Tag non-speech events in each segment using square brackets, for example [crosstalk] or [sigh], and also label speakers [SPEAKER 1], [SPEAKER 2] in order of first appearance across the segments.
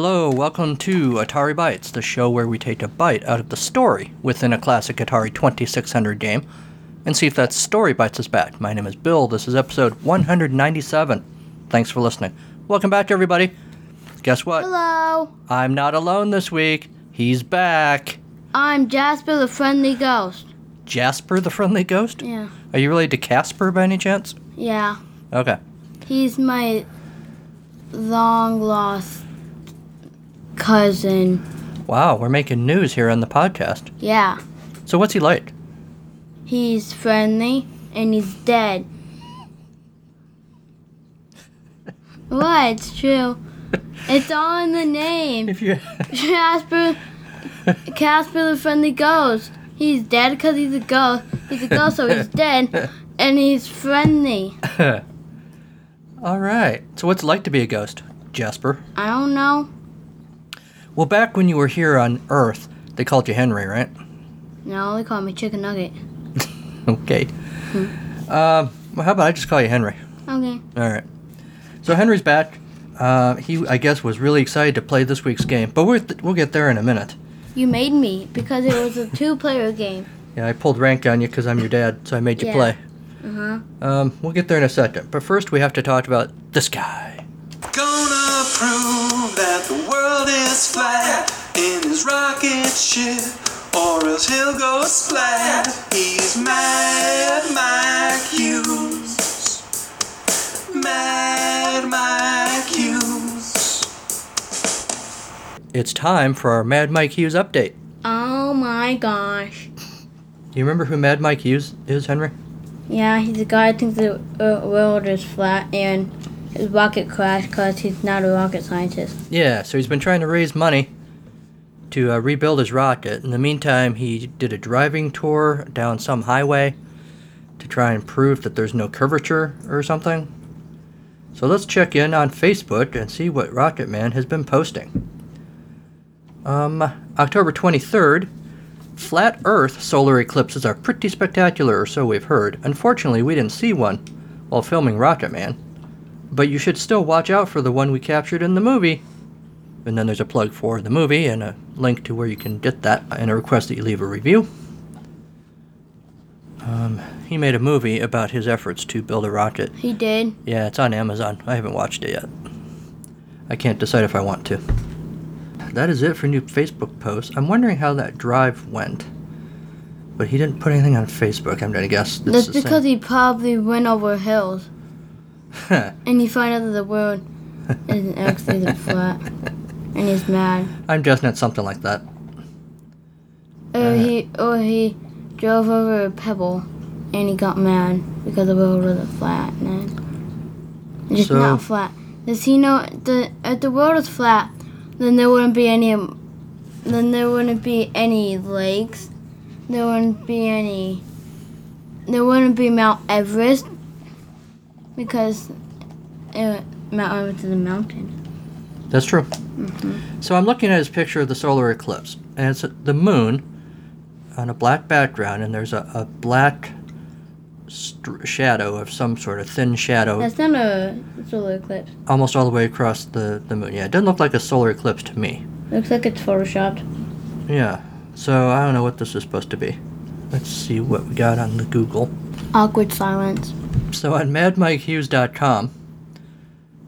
[SPEAKER 1] welcome to Atari Bytes, the show where we take a bite out of the story within a classic Atari 2600 game and see if that story bites us back. My name is Bill. This is episode 197. Thanks for listening. Welcome back, everybody. Guess what?
[SPEAKER 2] Hello,
[SPEAKER 1] I'm not alone this week. He's back.
[SPEAKER 2] I'm Jasper the Friendly Ghost.
[SPEAKER 1] Jasper the Friendly Ghost?
[SPEAKER 2] Yeah,
[SPEAKER 1] Are you related to Casper by any chance?
[SPEAKER 2] yeah.
[SPEAKER 1] Okay.
[SPEAKER 2] He's my long lost cousin.
[SPEAKER 1] Wow, we're making news here on the podcast.
[SPEAKER 2] Yeah,
[SPEAKER 1] So, what's he like?
[SPEAKER 2] he's friendly and he's dead. what? It's true. It's all in the
[SPEAKER 1] [laughs]
[SPEAKER 2] name.
[SPEAKER 1] If you.
[SPEAKER 2] Jasper, Casper the Friendly Ghost. He's dead because he's a ghost. He's a ghost, so he's dead, and he's friendly.
[SPEAKER 1] All right. So, what's it like to be a ghost, Jasper?
[SPEAKER 2] I don't know.
[SPEAKER 1] Well, back when you were here on Earth, they called you Henry, right?
[SPEAKER 2] No, they call me Chicken Nugget.
[SPEAKER 1] Okay. Um, well, how about I just call you Henry?
[SPEAKER 2] Okay.
[SPEAKER 1] All right. So Henry's back. Uh, he, I guess, was really excited to play this week's game, but we're we'll get there in a minute.
[SPEAKER 2] You made me because it was a two player game.
[SPEAKER 1] Yeah, I pulled rank on you because I'm your dad, so I made you
[SPEAKER 2] Yeah.
[SPEAKER 1] play.
[SPEAKER 2] Uh huh.
[SPEAKER 1] Um, we'll get there in a second, but first we have to talk about this guy.
[SPEAKER 3] Gonna prove that the world is flat in his rocket ship, or else he'll go splat. He's Mad Mike Hughes. Mad Mike Hughes.
[SPEAKER 1] It's time for our Mad Mike Hughes update.
[SPEAKER 2] Oh my gosh.
[SPEAKER 1] Do you remember who Mad Mike Hughes is, Henry?
[SPEAKER 2] Yeah, he's a guy who thinks the uh, world is flat and his rocket crashed because he's not a rocket scientist.
[SPEAKER 1] Yeah, so he's been trying to raise money to uh, rebuild his rocket. In the meantime, he did a driving tour down some highway to try and prove that there's no curvature or something. So let's check in on Facebook and see what Rocket Man has been posting. Um, October 23rd, flat Earth solar eclipses are pretty spectacular, or so we've heard. Unfortunately, we didn't see one while filming Rocket Man, but you should still watch out for the one we captured in the movie. And then there's a plug for the movie and a link to where you can get that and a request that you leave a review. Um, he made a movie about his efforts to build a rocket.
[SPEAKER 2] He did.
[SPEAKER 1] Yeah, it's on Amazon. I haven't watched it yet. I can't decide if I want to. That is it for new Facebook posts. I'm wondering how that drive went. But he didn't put anything on Facebook, I'm gonna guess.
[SPEAKER 2] That's because he probably went over hills
[SPEAKER 1] he
[SPEAKER 2] and he found out that the world isn't actually flat and he's mad.
[SPEAKER 1] I'm guessing it's something like that.
[SPEAKER 2] Or Oh, he or he drove over a pebble and he got mad because the world wasn't flat and it's just
[SPEAKER 1] So-
[SPEAKER 2] not flat. Does he know the if the world is flat, then there wouldn't be any then there wouldn't be any lakes. There wouldn't be any there wouldn't be Mount Everest because uh Mount Everest is a mountain.
[SPEAKER 1] That's true. So I'm looking at his picture of the solar eclipse, and it's the moon on a black background, and there's a, a black str shadow of some sort, a thin shadow,
[SPEAKER 2] That's not a solar eclipse.
[SPEAKER 1] almost all the way across the, the moon. Yeah, it doesn't look like a solar eclipse to me.
[SPEAKER 2] Looks like it's photoshopped.
[SPEAKER 1] Yeah, so I don't know what this is supposed to be. Let's see what we got on the Google.
[SPEAKER 2] Awkward silence.
[SPEAKER 1] So on madmikehughes.com,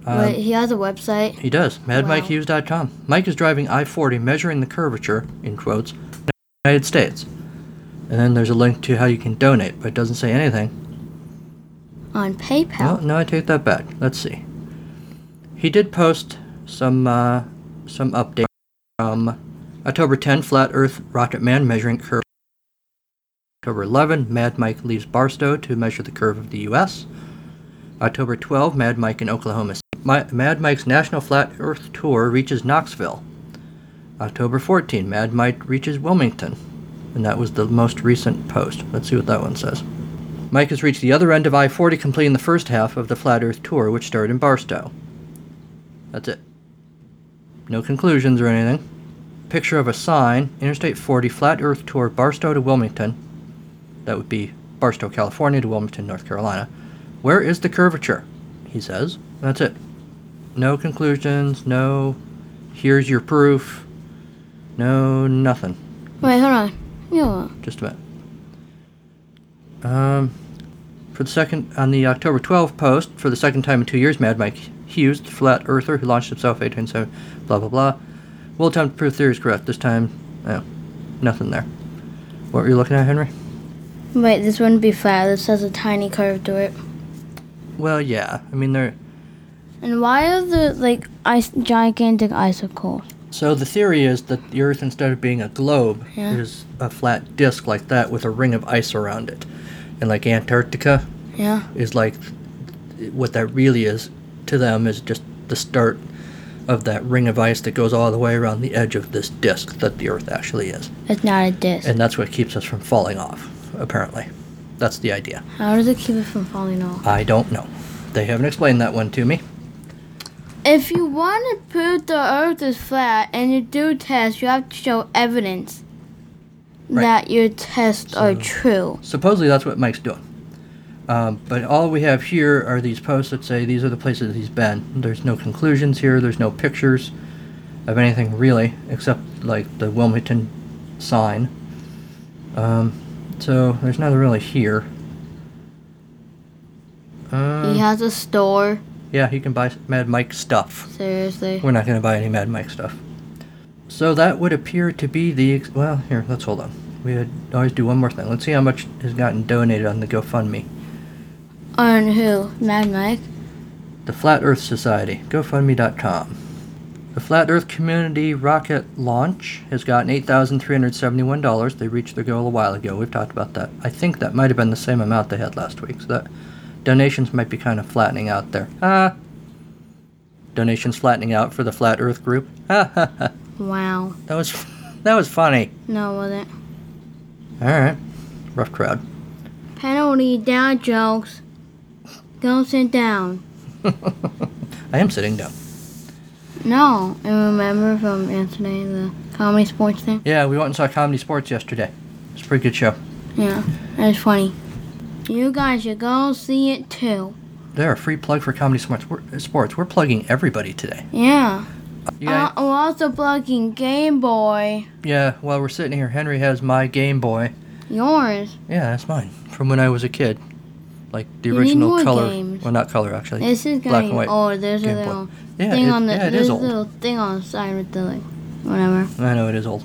[SPEAKER 1] um,
[SPEAKER 2] Wait, he has a website.
[SPEAKER 1] He does.
[SPEAKER 2] Wow.
[SPEAKER 1] MadMikeHughes.com. Mike is driving I 40, measuring the curvature, in quotes, in the United States. And then there's a link to how you can donate, but it doesn't say anything.
[SPEAKER 2] on
[SPEAKER 1] No,
[SPEAKER 2] PayPal.
[SPEAKER 1] no, I take that back. Let's see. He did post some uh, some update from October 10, Flat Earth Rocket Man measuring curve. October 11, Mad Mike leaves Barstow to measure the curve of the U.S. October 12, Mad Mike in Oklahoma. City. Mi- Mad Mike's National Flat Earth Tour reaches Knoxville. October 14, Mad Mike reaches Wilmington. And that was the most recent post. Let's see what that one says. Mike has reached the other end of I 40, completing the first half of the Flat Earth Tour, which started in Barstow. That's it. No conclusions or anything. Picture of a sign Interstate 40 Flat Earth Tour, Barstow to Wilmington. That would be Barstow, California to Wilmington, North Carolina. Where is the curvature? He says. That's it. No conclusions, no here's your proof. No, nothing.
[SPEAKER 2] Wait, hold on. Yeah.
[SPEAKER 1] Just a minute. Um, for the second on the October 12 post, for the second time in two years, Mad Mike Hughes, the flat earther who launched himself 827, blah blah blah, will attempt to prove theories correct. This time, oh, nothing there. What were you looking at, Henry?
[SPEAKER 2] Wait, this wouldn't be flat. This has a tiny curve to it.
[SPEAKER 1] Well, yeah. I mean, they're
[SPEAKER 2] And why are the like ice gigantic icicles?
[SPEAKER 1] So the theory is that the Earth, instead of being a globe,
[SPEAKER 2] Yeah.
[SPEAKER 1] is a flat disc like that with a ring of ice around it, and like Antarctica
[SPEAKER 2] Yeah.
[SPEAKER 1] is like what that really is to them is just the start of that ring of ice that goes all the way around the edge of this disc that the Earth actually is,
[SPEAKER 2] It's not a disc.
[SPEAKER 1] and that's what keeps us from falling off. Apparently, that's the idea.
[SPEAKER 2] How does it keep it from falling off?
[SPEAKER 1] I don't know. They haven't explained that one to me.
[SPEAKER 2] If you want to prove the Earth is flat and you do tests, you have to show evidence
[SPEAKER 1] Right.
[SPEAKER 2] that your tests are true.
[SPEAKER 1] Supposedly that's what Mike's doing. Um, but all we have here are these posts that say these are the places that he's been. There's no conclusions here. There's no pictures of anything really, except like the Wilmington sign. Um, so there's nothing really here. Uh,
[SPEAKER 2] he has a store.
[SPEAKER 1] Yeah, you can buy Mad Mike stuff.
[SPEAKER 2] Seriously.
[SPEAKER 1] We're not going to buy any Mad Mike stuff. So that would appear to be the. Ex- well, here, let's hold on. We had always do one more thing. Let's see how much has gotten donated on the GoFundMe.
[SPEAKER 2] On who? Mad Mike?
[SPEAKER 1] The Flat Earth Society, GoFundMe.com. The Flat Earth Community Rocket Launch has gotten $8,371. They reached their goal a while ago. We've talked about that. I think that might have been the same amount they had last week, so that donations might be kind of flattening out there. Ah! Donations flattening out for the Flat Earth group. [laughs] Ha ha ha.
[SPEAKER 2] Wow.
[SPEAKER 1] That was, that was funny.
[SPEAKER 2] No, it wasn't.
[SPEAKER 1] Alright. Rough crowd. [laughs]
[SPEAKER 2] Penalty, dad jokes. Go sit down.
[SPEAKER 1] I am sitting down.
[SPEAKER 2] No, and remember from yesterday the comedy sports thing?
[SPEAKER 1] Yeah, we went and saw Comedy Sports yesterday. It's a pretty good show.
[SPEAKER 2] Yeah, that was funny. You guys should go see it too.
[SPEAKER 1] They're a free plug for Comedy Smarts- we're- Sports. We're plugging everybody today.
[SPEAKER 2] Yeah.
[SPEAKER 1] You guys-
[SPEAKER 2] Uh, we're also plugging Game Boy.
[SPEAKER 1] yeah, while we're sitting here, Henry has my Game Boy.
[SPEAKER 2] Yours.
[SPEAKER 1] Yeah, that's mine. From when I was a kid. Like the
[SPEAKER 2] You need
[SPEAKER 1] original
[SPEAKER 2] more
[SPEAKER 1] color.
[SPEAKER 2] games.
[SPEAKER 1] Well, not color, actually.
[SPEAKER 2] This is
[SPEAKER 1] Black and
[SPEAKER 2] getting
[SPEAKER 1] white.
[SPEAKER 2] old. There's a
[SPEAKER 1] Game Boy.
[SPEAKER 2] little
[SPEAKER 1] yeah,
[SPEAKER 2] thing
[SPEAKER 1] it-
[SPEAKER 2] on the
[SPEAKER 1] yeah, it
[SPEAKER 2] there's
[SPEAKER 1] is
[SPEAKER 2] a
[SPEAKER 1] old.
[SPEAKER 2] little thing on the side with the like whatever.
[SPEAKER 1] I know it is old.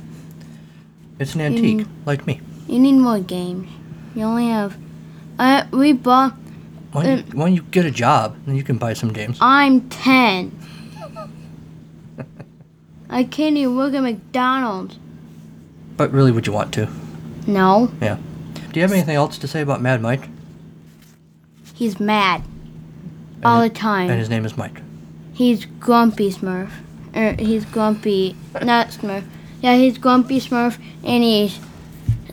[SPEAKER 1] It's an antique,
[SPEAKER 2] Mm.
[SPEAKER 1] like me.
[SPEAKER 2] You need more games. You only have uh, we bought
[SPEAKER 1] Why
[SPEAKER 2] Uh,
[SPEAKER 1] don't, you, why don't you get a job and you can buy some games?
[SPEAKER 2] I'm ten. I can't even work at McDonald's.
[SPEAKER 1] But really, would you want to?
[SPEAKER 2] No,
[SPEAKER 1] Yeah. Do you have anything else to say about Mad Mike?
[SPEAKER 2] he's mad all the time.
[SPEAKER 1] And his name is Mike.
[SPEAKER 2] He's grumpy Smurf. Er, he's grumpy, not Smurf. Yeah, he's grumpy Smurf, and he's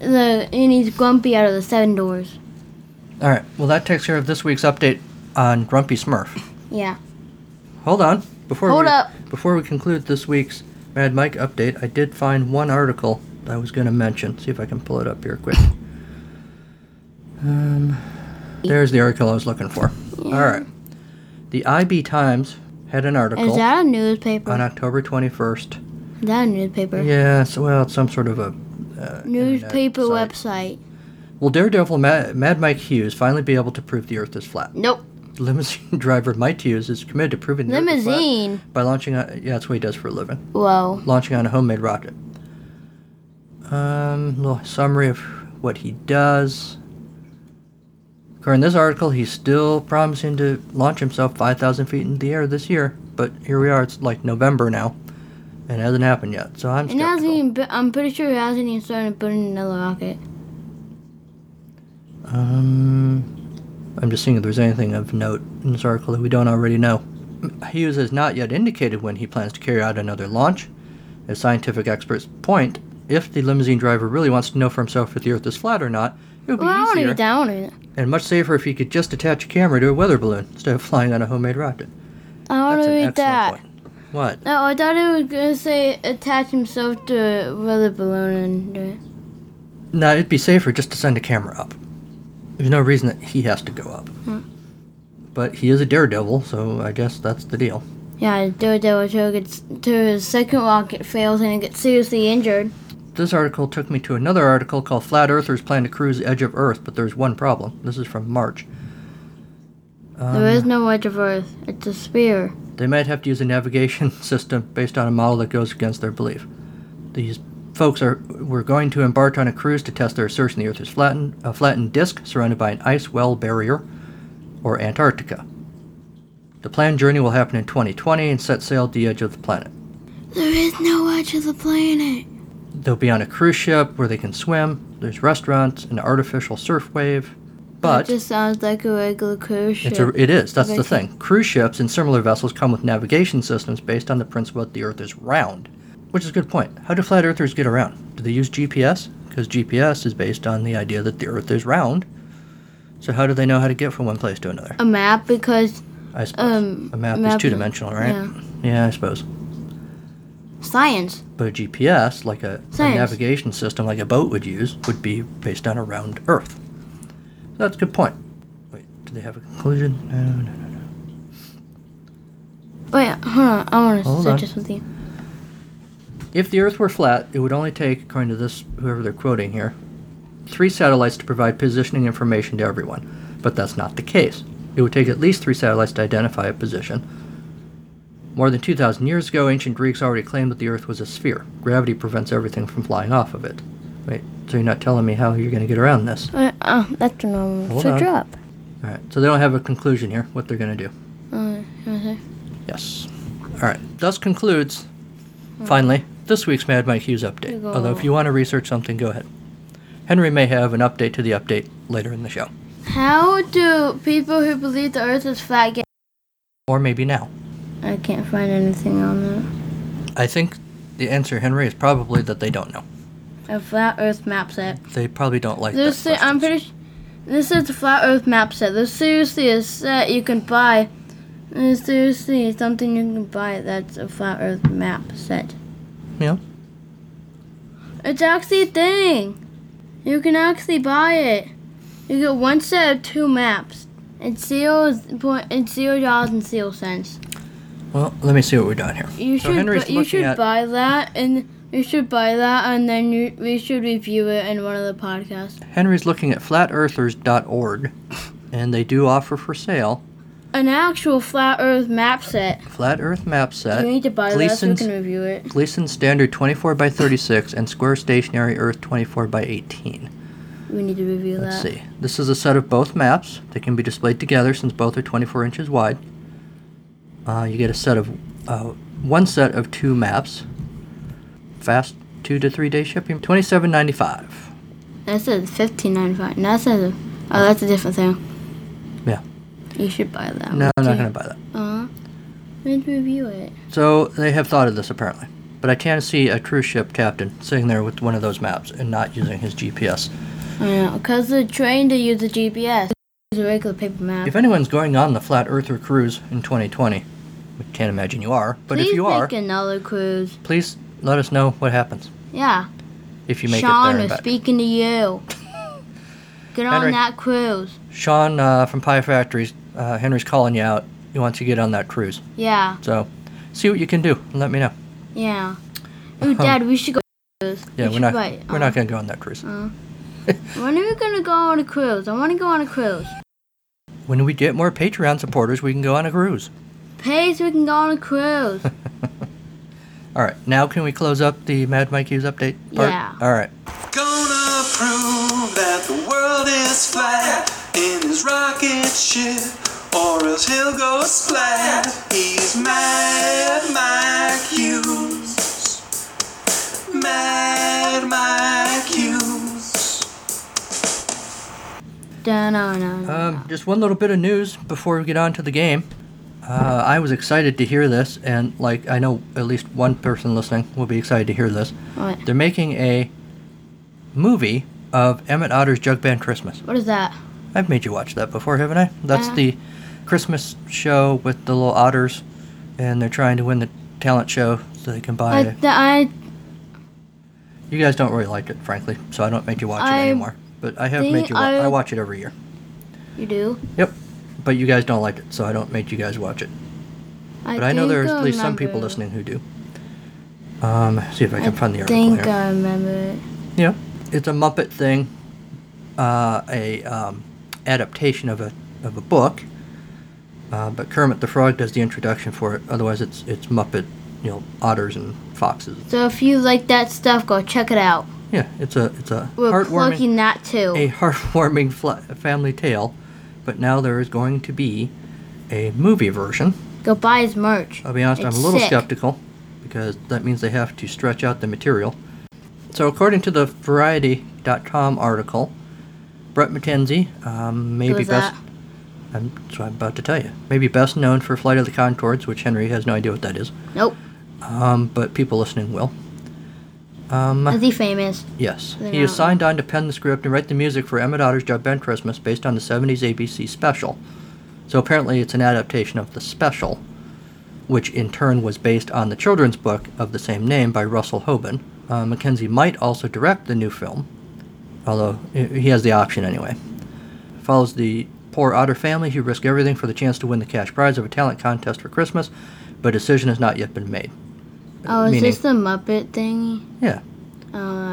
[SPEAKER 2] the and he's grumpy out of the seven doors.
[SPEAKER 1] All right. Well, that takes care of this week's update on Grumpy Smurf.
[SPEAKER 2] Yeah.
[SPEAKER 1] Hold on. Before
[SPEAKER 2] Hold
[SPEAKER 1] we,
[SPEAKER 2] up.
[SPEAKER 1] Before we conclude this week's Mad Mike update, I did find one article that I was going to mention. See if I can pull it up here quick. Um, there's the article I was looking for. All right. The IB Times had an article
[SPEAKER 2] Is that a
[SPEAKER 1] on
[SPEAKER 2] newspaper?
[SPEAKER 1] October 21st.
[SPEAKER 2] Is that a newspaper?
[SPEAKER 1] Yeah, so, well, it's some sort of a. Uh,
[SPEAKER 2] Newspaper
[SPEAKER 1] internet site.
[SPEAKER 2] website.
[SPEAKER 1] Will Daredevil Ma- Mad Mike Hughes finally be able to prove the Earth is flat? [laughs]
[SPEAKER 2] Nope.
[SPEAKER 1] Limousine driver Mike Hughes is committed to proving the Earth is
[SPEAKER 2] Limousine.
[SPEAKER 1] flat by launching a. Yeah, that's what he does for a living.
[SPEAKER 2] Whoa.
[SPEAKER 1] launching on a homemade rocket. Um, little summary of what he does. According to this article, he's still promising to launch himself 5,000 feet in the air this year, but here we are. It's like November now, and it hasn't happened yet. So I'm
[SPEAKER 2] And hasn't
[SPEAKER 1] skeptical.
[SPEAKER 2] even, bu- I'm pretty sure he hasn't even started building another rocket.
[SPEAKER 1] Um, I'm just seeing if there's anything of note in this article that we don't already know. Hughes has not yet indicated when he plans to carry out another launch. As scientific experts point, if the limousine driver really wants to know for himself if the Earth is flat or not, it would be
[SPEAKER 2] Well, I want to
[SPEAKER 1] easier
[SPEAKER 2] do that. I want to do that.
[SPEAKER 1] and much safer if he could just attach a camera to a weather balloon instead of flying on a homemade rocket.
[SPEAKER 2] I want
[SPEAKER 1] That's
[SPEAKER 2] to
[SPEAKER 1] an
[SPEAKER 2] read
[SPEAKER 1] excellent
[SPEAKER 2] that.
[SPEAKER 1] point. What?
[SPEAKER 2] No, I thought he was gonna say attach himself to a weather balloon and do it.
[SPEAKER 1] No, it'd be safer just to send a camera up. There's no
[SPEAKER 2] Hmm.
[SPEAKER 1] reason that he has to go up. But he is a daredevil, so I guess that's the deal.
[SPEAKER 2] Yeah, Dojo Joe gets to his second rocket fails and he gets seriously injured.
[SPEAKER 1] This article took me to another article called Flat Earthers Plan to Cruise the Edge of Earth, but there's one problem. This is from March.
[SPEAKER 2] there
[SPEAKER 1] Um,
[SPEAKER 2] is no edge of Earth. It's a sphere.
[SPEAKER 1] They might have to use a navigation [laughs] system based on a model that goes against their belief. These folks are were going to embark on a cruise to test their assertion the Earth is flattened, a flattened disk surrounded by an ice well barrier, or Antarctica. The planned journey will happen in 2020 and set sail at the edge of the planet.
[SPEAKER 2] There is no edge of the planet.
[SPEAKER 1] They'll be on a cruise ship where they can swim. There's restaurants, an artificial surf wave, but
[SPEAKER 2] it just sounds like a regular cruise ship.
[SPEAKER 1] It's a, it is. That's the
[SPEAKER 2] Vacation.
[SPEAKER 1] thing. Cruise ships and similar vessels come with navigation systems based on the principle that the Earth is round, which is a good point. How do flat earthers get around? Do they use GPS? Because GPS is based on the idea that the Earth is round. So how do they know how to get from one place to another?
[SPEAKER 2] A map because
[SPEAKER 1] I suppose
[SPEAKER 2] um,
[SPEAKER 1] a map,
[SPEAKER 2] map-
[SPEAKER 1] is two-dimensional, right?
[SPEAKER 2] yeah.
[SPEAKER 1] yeah, I suppose.
[SPEAKER 2] science.
[SPEAKER 1] But a GPS, like a, a
[SPEAKER 2] Science.
[SPEAKER 1] navigation system like a boat would use, would be based on a round Earth. That's a good point. Wait, do they have a conclusion? No, no, no.
[SPEAKER 2] Wait, hold on. I want to
[SPEAKER 1] Hold
[SPEAKER 2] suggest
[SPEAKER 1] on.
[SPEAKER 2] something.
[SPEAKER 1] If the Earth were flat, it would only take, according to this, whoever they're quoting here, three satellites to provide positioning information to everyone. But that's not the case. It would take at least three satellites to identify a position. More than 2,000 years ago, ancient Greeks already claimed that the Earth was a sphere. Gravity prevents everything from flying off of it. Wait, so you're not telling me how you're going to get around this?
[SPEAKER 2] Uh, oh, that's a normal.
[SPEAKER 1] Hold
[SPEAKER 2] so
[SPEAKER 1] on.
[SPEAKER 2] drop.
[SPEAKER 1] Alright, so they don't have a conclusion here, what they're going to do.
[SPEAKER 2] Uh, okay.
[SPEAKER 1] Yes. All right. Thus concludes, finally, this week's Mad Mike Hughes update.
[SPEAKER 2] Go.
[SPEAKER 1] Although, if you want to research something, go ahead. Henry may have an update to the update later in the show,
[SPEAKER 2] How do people who believe the Earth is flat get?
[SPEAKER 1] or maybe now.
[SPEAKER 2] I can't find anything on that.
[SPEAKER 1] I think the answer, Henry, is probably that they don't know.
[SPEAKER 2] A flat Earth map set.
[SPEAKER 1] They probably don't like
[SPEAKER 2] This
[SPEAKER 1] that.
[SPEAKER 2] is, I'm
[SPEAKER 1] question.
[SPEAKER 2] pretty. s- This is the flat Earth map set. This seriously is set you can buy. This seriously is something you can buy that's a flat Earth map set.
[SPEAKER 1] Yeah.
[SPEAKER 2] It's actually a thing. You can actually buy it. You get one set of two maps. It's zero point. It's zero dollars and zero cents.
[SPEAKER 1] Well, let me see what we're doing here.
[SPEAKER 2] You
[SPEAKER 1] So
[SPEAKER 2] should.
[SPEAKER 1] Henry's
[SPEAKER 2] bu- you
[SPEAKER 1] looking
[SPEAKER 2] should
[SPEAKER 1] at-
[SPEAKER 2] buy that, and you should buy that, and then you, we should review it in one of the podcasts.
[SPEAKER 1] Henry's looking at flatearthers.org, and they do offer for sale
[SPEAKER 2] An actual flat Earth map set.
[SPEAKER 1] Flat Earth Map Set.
[SPEAKER 2] you need to buy that so we
[SPEAKER 1] Uh, Gleason's-
[SPEAKER 2] can review it.
[SPEAKER 1] Gleason Standard 24 by 36 and Square Stationary Earth 24 by 18.
[SPEAKER 2] We need to review
[SPEAKER 1] Let's
[SPEAKER 2] that.
[SPEAKER 1] see. This is a set of both maps. They can be displayed together since both are 24 inches wide. Uh, you get a set of uh, one set of two maps. Fast two to three day shipping. 27.95.
[SPEAKER 2] That says fifteen ninety five. No, that says. Oh, that's a different thing.
[SPEAKER 1] Yeah.
[SPEAKER 2] You should buy that.
[SPEAKER 1] No, I'm
[SPEAKER 2] one
[SPEAKER 1] not
[SPEAKER 2] too.
[SPEAKER 1] gonna buy that.
[SPEAKER 2] Uh, we need to review it.
[SPEAKER 1] So they have thought of this apparently. But I can see a cruise ship captain sitting there with one of those maps and not using his GPS.
[SPEAKER 2] Uh-huh. Because they're trained to use the GPS. Use a regular paper map.
[SPEAKER 1] If anyone's going on the Flat Earther cruise in 2020, which can't imagine you are, but
[SPEAKER 2] Please
[SPEAKER 1] if you are,
[SPEAKER 2] make another cruise.
[SPEAKER 1] please let us know what happens
[SPEAKER 2] Yeah.
[SPEAKER 1] if you make it
[SPEAKER 2] Sean
[SPEAKER 1] there.
[SPEAKER 2] is
[SPEAKER 1] and back.
[SPEAKER 2] speaking
[SPEAKER 1] [laughs]
[SPEAKER 2] to you. Get
[SPEAKER 1] Henry.
[SPEAKER 2] on that cruise.
[SPEAKER 1] Sean uh, from Pie Factories, uh, Henry's calling you out. He wants you to get on that cruise.
[SPEAKER 2] Yeah.
[SPEAKER 1] So see what you can do and let me know.
[SPEAKER 2] Yeah. Ooh, Dad, we should go on a cruise.
[SPEAKER 1] Yeah,
[SPEAKER 2] we
[SPEAKER 1] we're
[SPEAKER 2] should
[SPEAKER 1] not
[SPEAKER 2] buy-
[SPEAKER 1] we're
[SPEAKER 2] uh,
[SPEAKER 1] not gonna go on that cruise.
[SPEAKER 2] When are we gonna go on a cruise? I want to go on a cruise.
[SPEAKER 1] When we get more Patreon supporters, we can go on a cruise.
[SPEAKER 2] Pay so we can go on
[SPEAKER 1] [laughs]
[SPEAKER 2] a cruise.
[SPEAKER 1] All right, now can we close up the Mad Mike Hughes update part?
[SPEAKER 2] Yeah.
[SPEAKER 1] All right.
[SPEAKER 3] Gonna prove that the world is flat in his rocket ship, or else he'll go splat. He's Mad Mike Hughes. Mad Mike Hughes.
[SPEAKER 2] no, no, no. no.
[SPEAKER 1] Um, just one little bit of news before we get on to the game. Uh, I was excited to hear this, and like I know at least one person listening will be excited to hear this.
[SPEAKER 2] What?
[SPEAKER 1] They're making a movie of Emmett Otter's Jug Band Christmas.
[SPEAKER 2] What is that?
[SPEAKER 1] I've made you watch that before, haven't I? That's
[SPEAKER 2] Uh.
[SPEAKER 1] the Christmas show with the little otters, and they're trying to win the talent show so they can buy.
[SPEAKER 2] I,
[SPEAKER 1] it.
[SPEAKER 2] th- I
[SPEAKER 1] you guys don't really like it, frankly, so I don't make you watch
[SPEAKER 2] I
[SPEAKER 1] it anymore. But I have made
[SPEAKER 2] think
[SPEAKER 1] you. Wa- I
[SPEAKER 2] I-
[SPEAKER 1] watch it every year.
[SPEAKER 2] you do.
[SPEAKER 1] Yep. But you guys don't like it, so I don't make you guys watch it. But I, know
[SPEAKER 2] think
[SPEAKER 1] there's
[SPEAKER 2] I
[SPEAKER 1] at least some people
[SPEAKER 2] remember.
[SPEAKER 1] listening who do. Um, see if I can find the article.
[SPEAKER 2] think
[SPEAKER 1] here.
[SPEAKER 2] I remember it.
[SPEAKER 1] Yeah, it's a Muppet thing, uh, a um, adaptation of a of a book. Uh, but Kermit the Frog does the introduction for it. Otherwise, it's it's Muppet, you know, otters and foxes.
[SPEAKER 2] So if you like that stuff, go check it out.
[SPEAKER 1] Yeah, it's a it's a
[SPEAKER 2] We're
[SPEAKER 1] heartwarming
[SPEAKER 2] plugging that too.
[SPEAKER 1] a heartwarming fla family tale. But now there is going to be a movie version.
[SPEAKER 2] go buy his merch.
[SPEAKER 1] I'll be honest,
[SPEAKER 2] It's
[SPEAKER 1] I'm a little
[SPEAKER 2] sick.
[SPEAKER 1] skeptical because that means they have to stretch out the material. So, according to the Variety.com article, Brett McKenzie, um, maybe
[SPEAKER 2] Who's
[SPEAKER 1] best.
[SPEAKER 2] that?
[SPEAKER 1] I'm, so I'm about to tell you. Maybe best known for Flight of the Concords, which Henry has no idea what that is,
[SPEAKER 2] Nope.
[SPEAKER 1] um, but people listening will. Um,
[SPEAKER 2] Is he famous?
[SPEAKER 1] Yes.
[SPEAKER 2] They're
[SPEAKER 1] He is
[SPEAKER 2] not-
[SPEAKER 1] signed on to pen the script and write the music for Emmett Otter's Job Ben Christmas based on the 70s ABC special. So apparently it's an adaptation of the special, which in turn was based on the children's book of the same name by Russell Hoban. Uh, Mackenzie might also direct the new film, although i- he has the option anyway. Follows the poor Otter family who risk everything for the chance to win the cash prize of a talent contest for Christmas, but a decision has not yet been made.
[SPEAKER 2] Oh, is
[SPEAKER 1] Meaning-
[SPEAKER 2] this the Muppet thingy?
[SPEAKER 1] Yeah.
[SPEAKER 2] Uh,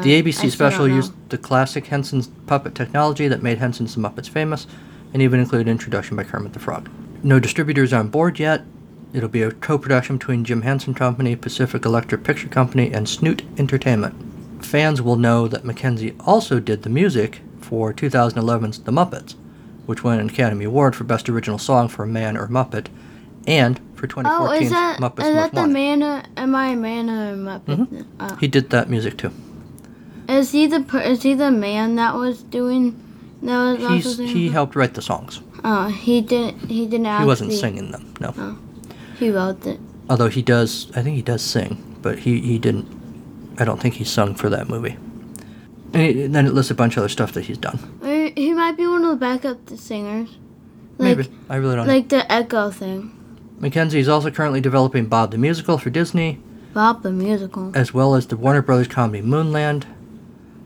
[SPEAKER 1] The
[SPEAKER 2] I still
[SPEAKER 1] ABC special
[SPEAKER 2] don't know.
[SPEAKER 1] used the classic Henson's puppet technology that made Henson's The Muppets famous, and even included an introduction by Kermit the Frog. No distributors on board yet. It'll be a co-production between Jim Henson Company, Pacific Electric Picture Company, and Snoot Entertainment. Fans will know that Mackenzie also did the music for 2011's The Muppets, which won an Academy Award for Best Original Song for a Man or Muppet, and for 2014's
[SPEAKER 2] Oh, is that
[SPEAKER 1] Muppets Mm-hmm.
[SPEAKER 2] is that
[SPEAKER 1] Most
[SPEAKER 2] the
[SPEAKER 1] Wanted.
[SPEAKER 2] man? Or, am I a man or a Muppet? Uh,
[SPEAKER 1] He did that music too.
[SPEAKER 2] is he the per- is he the man that was doing that was also
[SPEAKER 1] He's,
[SPEAKER 2] singing?
[SPEAKER 1] he helped write the songs.
[SPEAKER 2] Oh, he didn't. He didn't.
[SPEAKER 1] He
[SPEAKER 2] Actually,
[SPEAKER 1] wasn't singing them, no.
[SPEAKER 2] Oh. He wrote it.
[SPEAKER 1] Although he does, I think he does sing, but he, he didn't, I don't think he sung for that movie. And, it- and then it lists a bunch of other stuff that he's done.
[SPEAKER 2] Or He might be one of the backup singers, like
[SPEAKER 1] Maybe. I really don't
[SPEAKER 2] like the Echo thing,
[SPEAKER 1] know. Mackenzie is also currently developing Bob the Musical for Disney,
[SPEAKER 2] Bob the musical.
[SPEAKER 1] as well as the Warner Brothers comedy Moonland.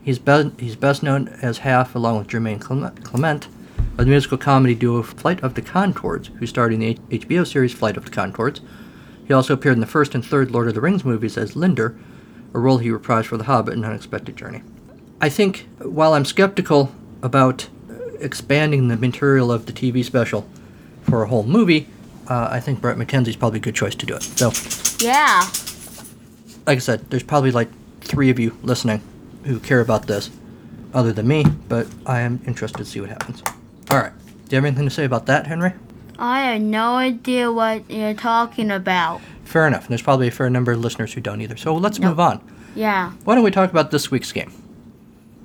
[SPEAKER 1] He's, be- he's best known as Half, along with Jermaine Clem- Clement, of the musical comedy duo Flight of the Concords, who starred in the H- HBO series Flight of the Concords. He also appeared in the first and third Lord of the Rings movies as Linder, a role he reprised for The Hobbit and Unexpected Journey. I think, while I'm skeptical about uh, expanding the material of the TV special for a whole movie, uh, I think Brett McKenzie's probably a good choice to do it. So,
[SPEAKER 2] Yeah.
[SPEAKER 1] like I said, there's probably like three of you listening who care about this, other than me, but I am interested to see what happens. All right. Do you have anything to say about that, Henry?
[SPEAKER 2] I have no idea what you're talking about.
[SPEAKER 1] Fair enough. And there's probably a fair number of listeners who don't either. So let's
[SPEAKER 2] No.
[SPEAKER 1] move on.
[SPEAKER 2] Yeah.
[SPEAKER 1] Why don't we talk about this week's game?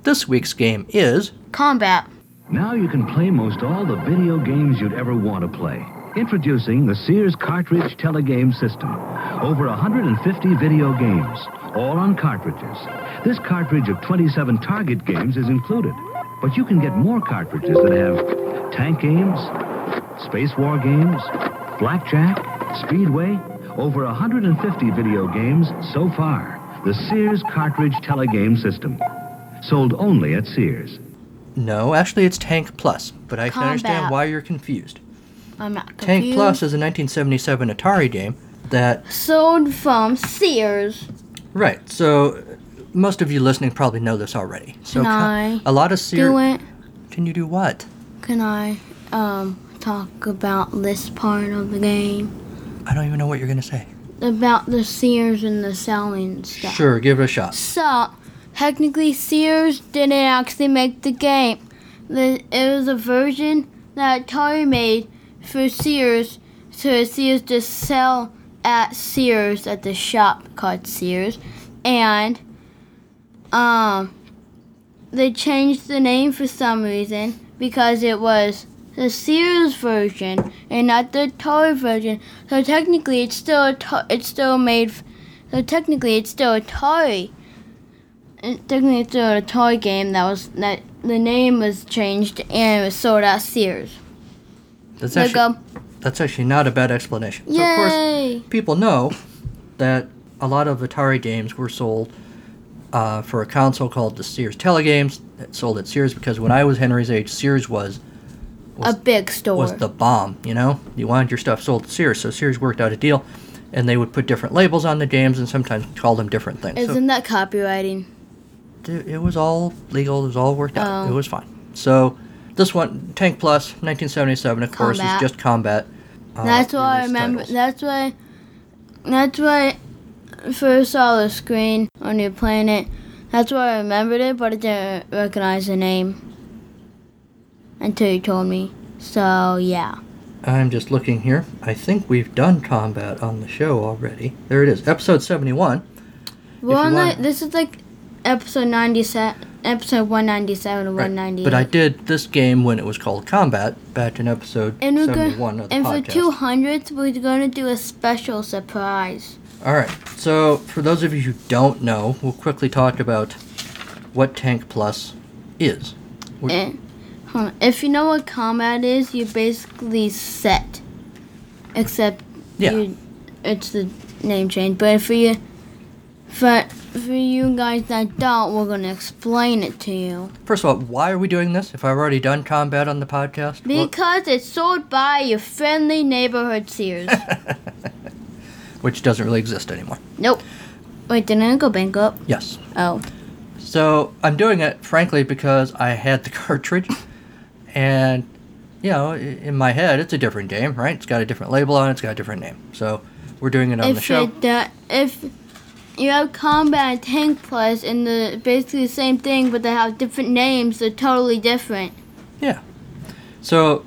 [SPEAKER 1] This week's game is
[SPEAKER 2] Combat.
[SPEAKER 4] Now you can play most all the video games you'd ever want to play. Introducing the Sears Cartridge Telegame System. Over 150 video games, all on cartridges. This cartridge of 27 target games is included, but you can get more cartridges that have tank games, space war games, blackjack, speedway, over 150 video games so far. The Sears Cartridge Telegame System. Sold only at Sears.
[SPEAKER 1] no, actually it's Tank Plus, but I can understand
[SPEAKER 2] Combat.
[SPEAKER 1] why you're confused.
[SPEAKER 2] I'm not confused.
[SPEAKER 1] Tank Plus is a 1977 Atari game that
[SPEAKER 2] Sold from Sears.
[SPEAKER 1] right. So most of you listening probably know this already. So
[SPEAKER 2] Can
[SPEAKER 1] co-
[SPEAKER 2] I
[SPEAKER 1] a lot of Sears
[SPEAKER 2] Do it.
[SPEAKER 1] Can you do what?
[SPEAKER 2] Can I um talk about this part of the game?
[SPEAKER 1] I don't even know what you're gonna say.
[SPEAKER 2] About the Sears and the selling stuff.
[SPEAKER 1] Sure, give it a shot.
[SPEAKER 2] So, technically, Sears didn't actually make the game. The, it was a version that Atari made for Sears, so Sears just sell at Sears at the shop called Sears, and um, they changed the name for some reason because it was the Sears version and not the Atari version. So technically, it's still Ata- it's still made. f- So technically, it's still Atari. It- technically it's a toy game that was that the name was changed and it was sold at Sears.
[SPEAKER 1] That's
[SPEAKER 2] They
[SPEAKER 1] actually,
[SPEAKER 2] go,
[SPEAKER 1] that's actually not a bad explanation. So of course,
[SPEAKER 2] yay!
[SPEAKER 1] people know that a lot of Atari games were sold uh, for a console called the Sears Telegames that sold at Sears because when I was Henry's age, Sears was
[SPEAKER 2] a big store.
[SPEAKER 1] was the bomb, you know? You wanted your stuff sold to Sears, so Sears worked out a deal and they would put different labels on the games and sometimes call them different things. So-
[SPEAKER 2] Isn't that copywriting?
[SPEAKER 1] Dude, it was all legal. It was all worked out. It
[SPEAKER 2] Oh.
[SPEAKER 1] was fine. So this one, Tank Plus, 1977, of course, is
[SPEAKER 2] Combat.
[SPEAKER 1] just combat. uh,
[SPEAKER 2] That's why I
[SPEAKER 1] release
[SPEAKER 2] remember.
[SPEAKER 1] titles.
[SPEAKER 2] That's why. That's why. I First saw the screen on your planet. That's why I remembered it, but I didn't recognize the name until you told me. So yeah,
[SPEAKER 1] I'm just looking here. I think we've done combat on the show already. There it is, episode 71.
[SPEAKER 2] we're
[SPEAKER 1] you
[SPEAKER 2] on
[SPEAKER 1] want-
[SPEAKER 2] the, this is like episode ninety seven, episode one ninety seven or one
[SPEAKER 1] Right.
[SPEAKER 2] ninety eight.
[SPEAKER 1] But I did this game when it was called Combat back in episode
[SPEAKER 2] and we're
[SPEAKER 1] 71
[SPEAKER 2] going
[SPEAKER 1] of the
[SPEAKER 2] and
[SPEAKER 1] podcast.
[SPEAKER 2] for two hundredth, we're gonna do a special surprise.
[SPEAKER 1] All right. So, for those of you who don't know, we'll quickly talk about what Tank Plus is.
[SPEAKER 2] And huh, if you know what combat is, you're basically set. Except
[SPEAKER 1] Yeah.
[SPEAKER 2] you, it's the name change. But for you, for for you guys that don't, we're gonna explain it to you
[SPEAKER 1] First of all, why are we doing this if I've already done combat on the podcast? Well,
[SPEAKER 2] because it's sold by your friendly neighborhood
[SPEAKER 1] [laughs]
[SPEAKER 2] Sears.
[SPEAKER 1] which doesn't really exist anymore.
[SPEAKER 2] nope. Wait, didn't it go bankrupt?
[SPEAKER 1] Yes.
[SPEAKER 2] Oh,
[SPEAKER 1] So I'm doing it, frankly, because I had the [laughs] cartridge, and you know, i- in my head, it's a different game, right? It's got a different label on it. It's got a different name. So we're doing it on the
[SPEAKER 2] if
[SPEAKER 1] show.
[SPEAKER 2] it do- if you have combat and tank plus and the basically the same thing, but they have different names, they're totally different.
[SPEAKER 1] Yeah. So,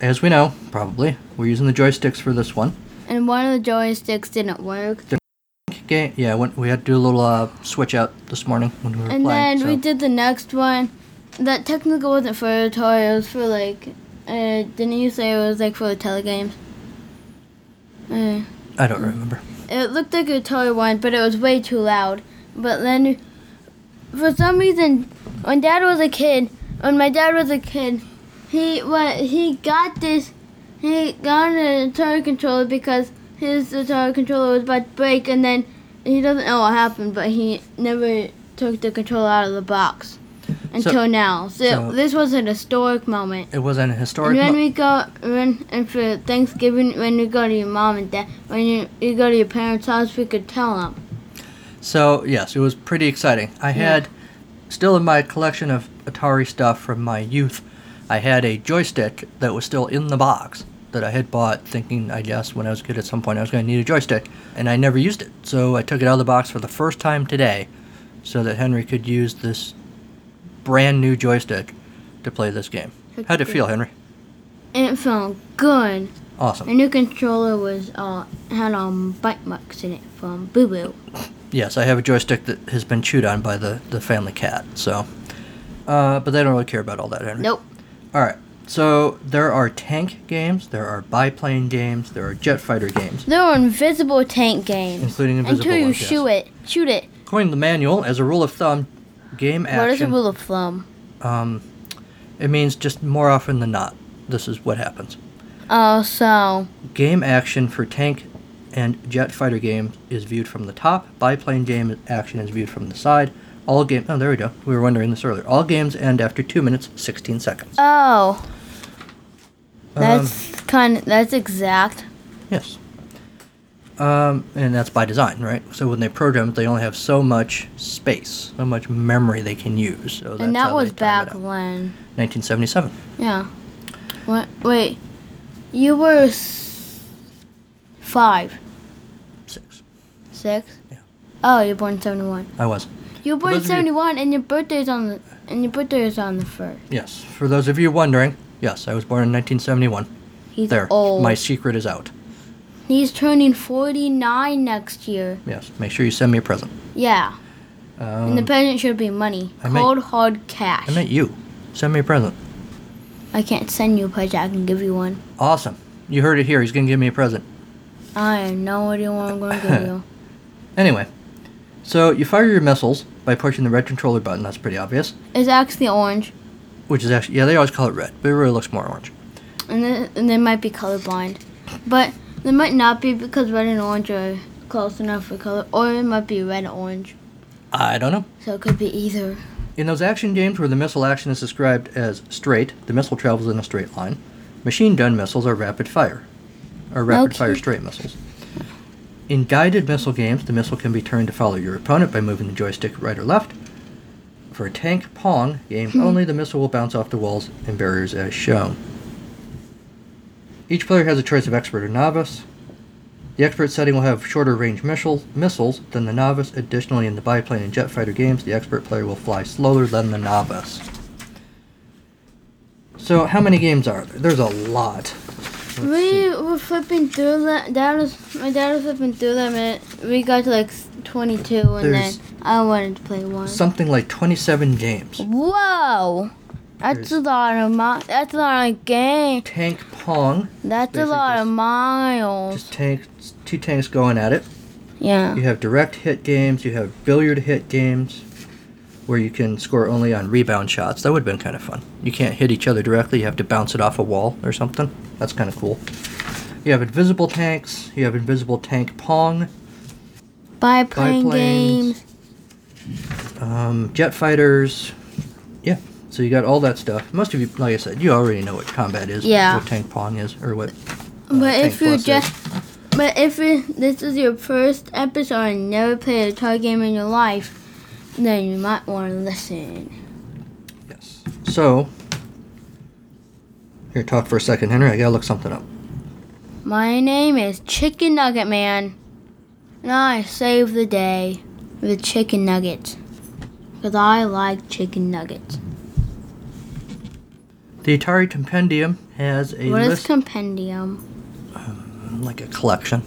[SPEAKER 1] as we know, probably we're using the joysticks for this one.
[SPEAKER 2] and one of the joysticks didn't work.
[SPEAKER 1] Game. Yeah. When, we had to do a little uh, switch out this morning when we were
[SPEAKER 2] And
[SPEAKER 1] playing.
[SPEAKER 2] then we
[SPEAKER 1] so-
[SPEAKER 2] did the next one. That technical wasn't for a toy, it was for like, uh, didn't you say it was like for the telegames? Uh,
[SPEAKER 1] I don't remember.
[SPEAKER 2] it looked like a toy one, but it was way too loud. But then, for some reason, when Dad was a kid, when my dad was a kid, he what he got this, he got a toy controller because his toy controller was about to break, and then he doesn't know what happened, but he never took the controller out of the box until now. So,
[SPEAKER 1] so-
[SPEAKER 2] this was an historic moment.
[SPEAKER 1] It was an
[SPEAKER 2] And
[SPEAKER 1] historic.
[SPEAKER 2] when
[SPEAKER 1] mo-
[SPEAKER 2] we go, when and for Thanksgiving, when we go to your mom and dad, when you, you go to your parents' house, we could tell them.
[SPEAKER 1] So yes, it was pretty exciting. I had still in my collection of Atari stuff from my youth. I had a joystick that was still in the box that I had bought, thinking I guess when I was a kid at some point I was going to need a joystick, and I never used it. So I took it out of the box for the first time today, so that Henry could use this brand new joystick to play this game.
[SPEAKER 2] That's
[SPEAKER 1] How'd it
[SPEAKER 2] good.
[SPEAKER 1] feel, Henry?
[SPEAKER 2] It felt good.
[SPEAKER 1] Awesome.
[SPEAKER 2] Our new controller was uh, had um bite marks in it from Boo Boo.
[SPEAKER 1] Yes, I have a joystick that has been chewed on by the, the family cat. So, uh, but they don't really care about all that, Henry.
[SPEAKER 2] Nope.
[SPEAKER 1] All right. So there are tank games, there are biplane games, there are jet fighter games.
[SPEAKER 2] There were invisible tank games.
[SPEAKER 1] Including invisible
[SPEAKER 2] Until you
[SPEAKER 1] ones, yes.
[SPEAKER 2] shoot it, shoot it.
[SPEAKER 1] According to the manual, as a rule of thumb, game action. um,
[SPEAKER 2] What is a rule of thumb?
[SPEAKER 1] It means just more often than not, this is what happens.
[SPEAKER 2] Oh, so
[SPEAKER 1] Game action for tank and jet fighter games is viewed from the top. Biplane game action is viewed from the side. All game. Oh, there we go. We were wondering this earlier. All games end after two minutes, sixteen seconds.
[SPEAKER 2] oh.
[SPEAKER 1] Um,
[SPEAKER 2] That's kind. of That's exact.
[SPEAKER 1] Yes. Um, and that's by design, right? So when they program it, they only have so much space, so much memory they can use. So that's
[SPEAKER 2] And that
[SPEAKER 1] how they
[SPEAKER 2] was
[SPEAKER 1] time it
[SPEAKER 2] back
[SPEAKER 1] out.
[SPEAKER 2] when.
[SPEAKER 1] 1977.
[SPEAKER 2] Yeah. What? Wait. You were s- five,
[SPEAKER 1] Six.
[SPEAKER 2] six.
[SPEAKER 1] Yeah.
[SPEAKER 2] Oh, you're born seventy one.
[SPEAKER 1] I was.
[SPEAKER 2] You're born
[SPEAKER 1] those of you-
[SPEAKER 2] seventy one, and your birthday's on the and your birthday is on the first.
[SPEAKER 1] Yes. For those of you wondering, yes, I was born in 1971.
[SPEAKER 2] He's
[SPEAKER 1] There.
[SPEAKER 2] old.
[SPEAKER 1] My secret is out.
[SPEAKER 2] He's turning forty nine next year.
[SPEAKER 1] Yes. Make sure you send me a present.
[SPEAKER 2] Yeah. and the present should be money,
[SPEAKER 1] Um, I may-
[SPEAKER 2] cold hard cash.
[SPEAKER 1] I meant you. Send me a present.
[SPEAKER 2] I can't send you a present. I can give you one.
[SPEAKER 1] Awesome. You heard it here. He's going to give me a present.
[SPEAKER 2] I have no idea what I'm going to give
[SPEAKER 1] [laughs]
[SPEAKER 2] you.
[SPEAKER 1] Anyway, so you fire your missiles by pushing the red controller button. That's pretty obvious.
[SPEAKER 2] It's actually orange,
[SPEAKER 1] Which is actually, yeah, they always call it red, but it really looks more orange.
[SPEAKER 2] and then, and they might be colorblind, but they might not be because red and orange are close enough for color, or it might be red and orange.
[SPEAKER 1] I don't know.
[SPEAKER 2] So it could be either.
[SPEAKER 1] In those action games where the missile action is described as straight, the missile travels in a straight line. Machine gun missiles are rapid fire, or rapid fire
[SPEAKER 2] Okay.
[SPEAKER 1] straight missiles. In guided missile games, the missile can be turned to follow your opponent by moving the joystick right or left. For tank pong games only, the missile will bounce off the walls and barriers as shown. Each player has a choice of expert or novice. The expert setting will have shorter range missiles, missiles than the novice. Additionally, in the biplane and jet fighter games, the expert player will fly slower than the novice. So, how many games are there? There's a lot.
[SPEAKER 2] We were flipping through that. Dad was my dad was flipping through them, and we got to like s- 22, and
[SPEAKER 1] There's-
[SPEAKER 2] then I wanted to play one.
[SPEAKER 1] Something like 27 games.
[SPEAKER 2] Whoa, that's a lot of mi- That's a lot of game.
[SPEAKER 1] Tank Pong,
[SPEAKER 2] That's a
[SPEAKER 1] Basically
[SPEAKER 2] lot of
[SPEAKER 1] just-
[SPEAKER 2] miles.
[SPEAKER 1] just tanks, two tanks going at it.
[SPEAKER 2] yeah.
[SPEAKER 1] You have direct hit games, you have billiard hit games, where you can score only on rebound shots. That would have been kind of fun. You can't hit each other directly, you have to bounce it off a wall or something. That's kind of cool. You have invisible tanks, you have invisible tank pong,
[SPEAKER 2] By playing
[SPEAKER 1] biplanes,
[SPEAKER 2] games.
[SPEAKER 1] um, jet fighters. Yeah, so you got all that stuff. Most of you, like I said, you already know what combat is,
[SPEAKER 2] Yeah.
[SPEAKER 1] what tank pong is, or what. uh,
[SPEAKER 2] But
[SPEAKER 1] tank
[SPEAKER 2] if you
[SPEAKER 1] plus is.
[SPEAKER 2] just, but if you, this is your first episode and never played a toy game in your life, then you might want to listen.
[SPEAKER 1] Yes. So, here, talk for a second, Henry. I gotta look something up.
[SPEAKER 2] My name is Chicken Nugget Man, and I save the day with chicken nuggets, cause I like chicken nuggets.
[SPEAKER 1] The Atari Compendium has a
[SPEAKER 2] What is
[SPEAKER 1] list,
[SPEAKER 2] compendium?
[SPEAKER 1] like a collection.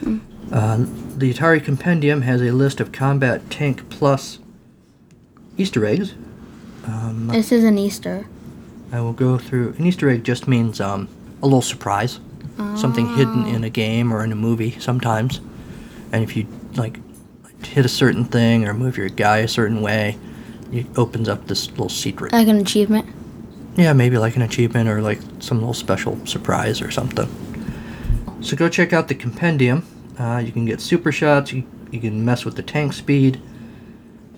[SPEAKER 2] Hmm.
[SPEAKER 1] Uh, the Atari Compendium has a list of Combat Tank Plus Easter eggs. Mm.
[SPEAKER 2] This is an Easter.
[SPEAKER 1] I will go through. An Easter egg just means um, a little surprise, something hidden in
[SPEAKER 2] Oh.
[SPEAKER 1] a game or in a movie sometimes. And if you like hit a certain thing or move your guy a certain way, it opens up this little secret.
[SPEAKER 2] Like an achievement.
[SPEAKER 1] Yeah, maybe like an achievement or like some little special surprise or something. So go check out the compendium. Uh, you can get super shots. You, you can mess with the tank speed.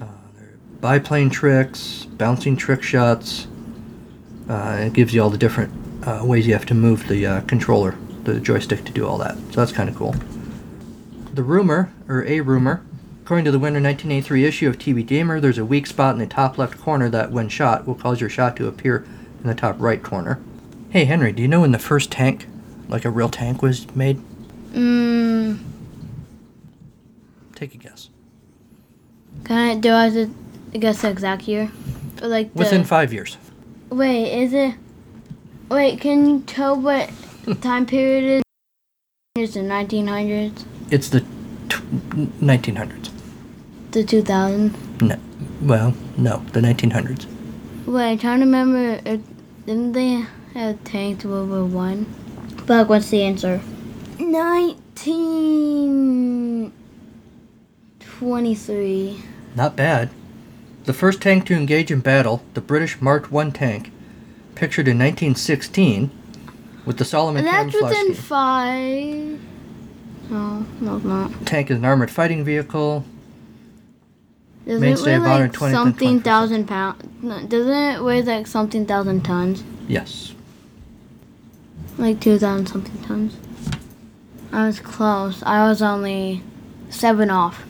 [SPEAKER 1] Uh, there are biplane tricks, bouncing trick shots. Uh, it gives you all the different uh, ways you have to move the uh, controller, the joystick, to do all that. So that's kind of cool. The rumor, or a rumor, according to the winter 1983 issue of TV Gamer, there's a weak spot in the top left corner that, when shot, will cause your shot to appear in the top right corner. Hey Henry, do you know when the first tank, like a real tank, was made?
[SPEAKER 2] Mmm.
[SPEAKER 1] Take a guess.
[SPEAKER 2] Can I do I have to guess the exact year? Or like the,
[SPEAKER 1] Within five years.
[SPEAKER 2] Wait, is it? Wait, can you tell
[SPEAKER 1] [laughs]
[SPEAKER 2] what time period it is? It's the 1900s,
[SPEAKER 1] It's the t- 1900s.
[SPEAKER 2] the 2000s.
[SPEAKER 1] No. Well, no, the 1900s.
[SPEAKER 2] Wait, I'm trying to remember. If, didn't they have tanks World War One? But what's the answer? 1923.
[SPEAKER 1] Not bad. The first tank to engage in battle, the British Mark I tank, pictured in 1916, with the Solomon
[SPEAKER 2] And that's
[SPEAKER 1] camouflage
[SPEAKER 2] within
[SPEAKER 1] scheme.
[SPEAKER 2] five. No, no, it's not.
[SPEAKER 1] tank is an armored fighting vehicle.
[SPEAKER 2] Doesn't
[SPEAKER 1] Mainstay
[SPEAKER 2] it
[SPEAKER 1] of
[SPEAKER 2] weigh
[SPEAKER 1] Honor
[SPEAKER 2] like
[SPEAKER 1] 20th and
[SPEAKER 2] something
[SPEAKER 1] 21st.
[SPEAKER 2] thousand pounds? No, doesn't it weigh like something thousand tons?
[SPEAKER 1] Yes.
[SPEAKER 2] Like two thousand something tons. I was close. I was only seven off.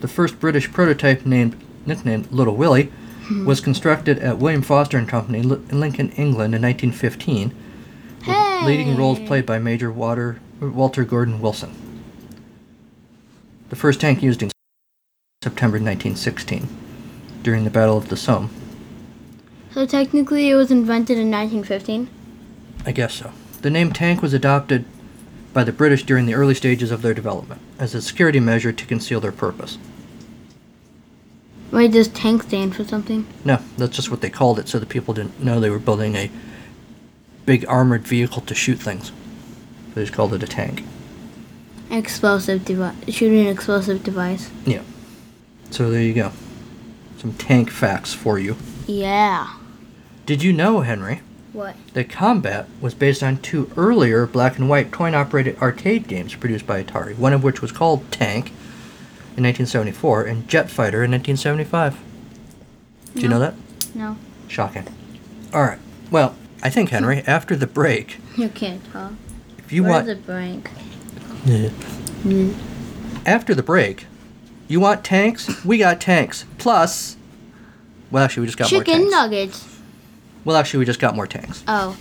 [SPEAKER 1] The first British prototype, named nicknamed Little Willie, was constructed at William Foster and Company Li- in Lincoln, England, in 1915. with
[SPEAKER 2] Hey!
[SPEAKER 1] Leading roles played by Major Water, Walter Gordon Wilson. The first tank used in September 1916 during the Battle of the Somme.
[SPEAKER 2] So technically, it was invented in 1915.
[SPEAKER 1] I guess so. The name tank was adopted by the British during the early stages of their development as a security measure to conceal their purpose.
[SPEAKER 2] Wait, does tank stand for something?
[SPEAKER 1] No, that's just what they called it so the people didn't know they were building a big armored vehicle to shoot things. They just called it a tank.
[SPEAKER 2] Explosive device. Shooting explosive device.
[SPEAKER 1] Yeah. So there you go. Some tank facts for you.
[SPEAKER 2] Yeah.
[SPEAKER 1] Did you know, Henry,
[SPEAKER 2] What?
[SPEAKER 1] that Combat was based on two earlier black and white coin operated arcade games produced by Atari, one of which was called Tank in 1974 and Jet Fighter in 1975? Do you know that?
[SPEAKER 2] [laughs]
[SPEAKER 5] No.
[SPEAKER 1] Shocking. All right. Well, I think, Henry, after the break,
[SPEAKER 5] You can't talk.
[SPEAKER 1] if you want.
[SPEAKER 5] Where's the break? Mm.
[SPEAKER 1] after the break, you want tanks? We got tanks. Plus. Well, actually, we just got more
[SPEAKER 5] Chicken
[SPEAKER 1] tanks.
[SPEAKER 5] nuggets.
[SPEAKER 1] Well, actually, we just got more tanks.
[SPEAKER 5] Oh.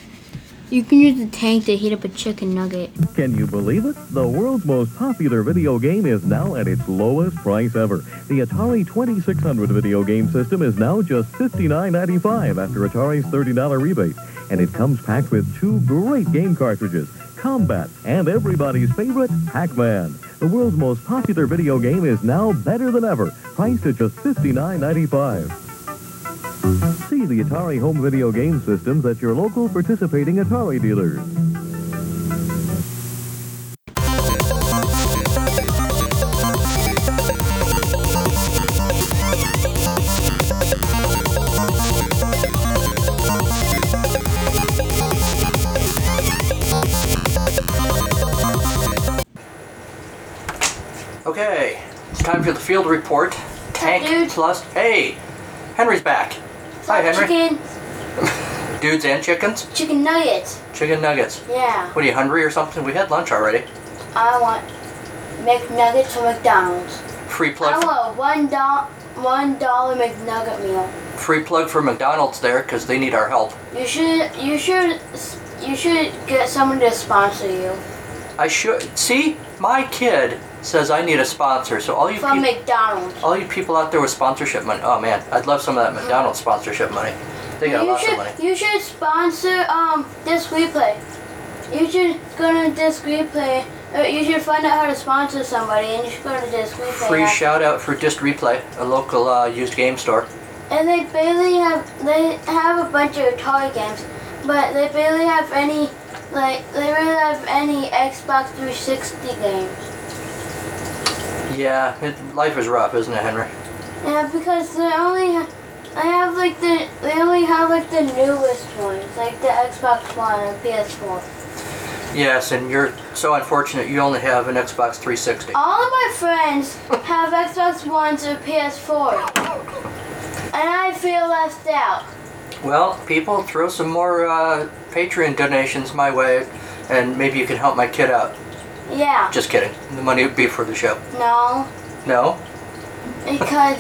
[SPEAKER 5] You can use the tank to heat up a chicken nugget.
[SPEAKER 4] Can you believe it? The world's most popular video game is now at its lowest price ever. The Atari 2600 video game system is now just $59.95 after Atari's $30 rebate. And it comes packed with two great game cartridges, Combat and everybody's favorite, Pac-Man. The world's most popular video game is now better than ever, priced at just $59.95. See the Atari home video game systems at your local participating Atari dealers.
[SPEAKER 1] Okay, it's time for the field report. Tank
[SPEAKER 5] dude.
[SPEAKER 1] plus. Hey, Henry's back. Hi, Henry.
[SPEAKER 5] Chicken,
[SPEAKER 1] Dudes and chickens?
[SPEAKER 5] chicken nuggets.
[SPEAKER 1] Chicken nuggets.
[SPEAKER 5] Yeah.
[SPEAKER 1] What are you, hungry or something? We had lunch already.
[SPEAKER 5] I want McNuggets from McDonald's.
[SPEAKER 1] Free
[SPEAKER 5] I
[SPEAKER 1] plug,
[SPEAKER 5] want one dollar one dollar McNugget meal.
[SPEAKER 1] free plug for McDonald's there because they need our help.
[SPEAKER 5] You should you should you should get someone to sponsor you
[SPEAKER 1] I should see my kid says I need a sponsor. So all you
[SPEAKER 5] from
[SPEAKER 1] peop-
[SPEAKER 5] McDonald's.
[SPEAKER 1] all you people out there with sponsorship money. Oh man, I'd love some of that McDonald's sponsorship money. They got
[SPEAKER 5] you
[SPEAKER 1] lots
[SPEAKER 5] should
[SPEAKER 1] of money.
[SPEAKER 5] you should sponsor um this replay. You should go to this replay. Or you should find out how to sponsor somebody, and you should go to this replay.
[SPEAKER 1] Free
[SPEAKER 5] app.
[SPEAKER 1] shout out for Just Replay, a local uh, used game store.
[SPEAKER 5] and they barely have they have a bunch of Atari games, but they barely have any like they barely have any Xbox 360 games.
[SPEAKER 1] Yeah, it, life is rough, isn't it, Henry?
[SPEAKER 5] Yeah, because they only ha- I have like the they only have like the newest ones, like the Xbox One and PS4.
[SPEAKER 1] Yes, and you're so unfortunate. You only have an Xbox 360.
[SPEAKER 5] All of my friends have Xbox Ones or PS4, and I feel left out.
[SPEAKER 1] Well, people, throw some more uh, Patreon donations my way, and maybe you can help my kid out.
[SPEAKER 5] Yeah,
[SPEAKER 1] Just kidding. The money would be for the show.
[SPEAKER 5] no,
[SPEAKER 1] No?
[SPEAKER 5] because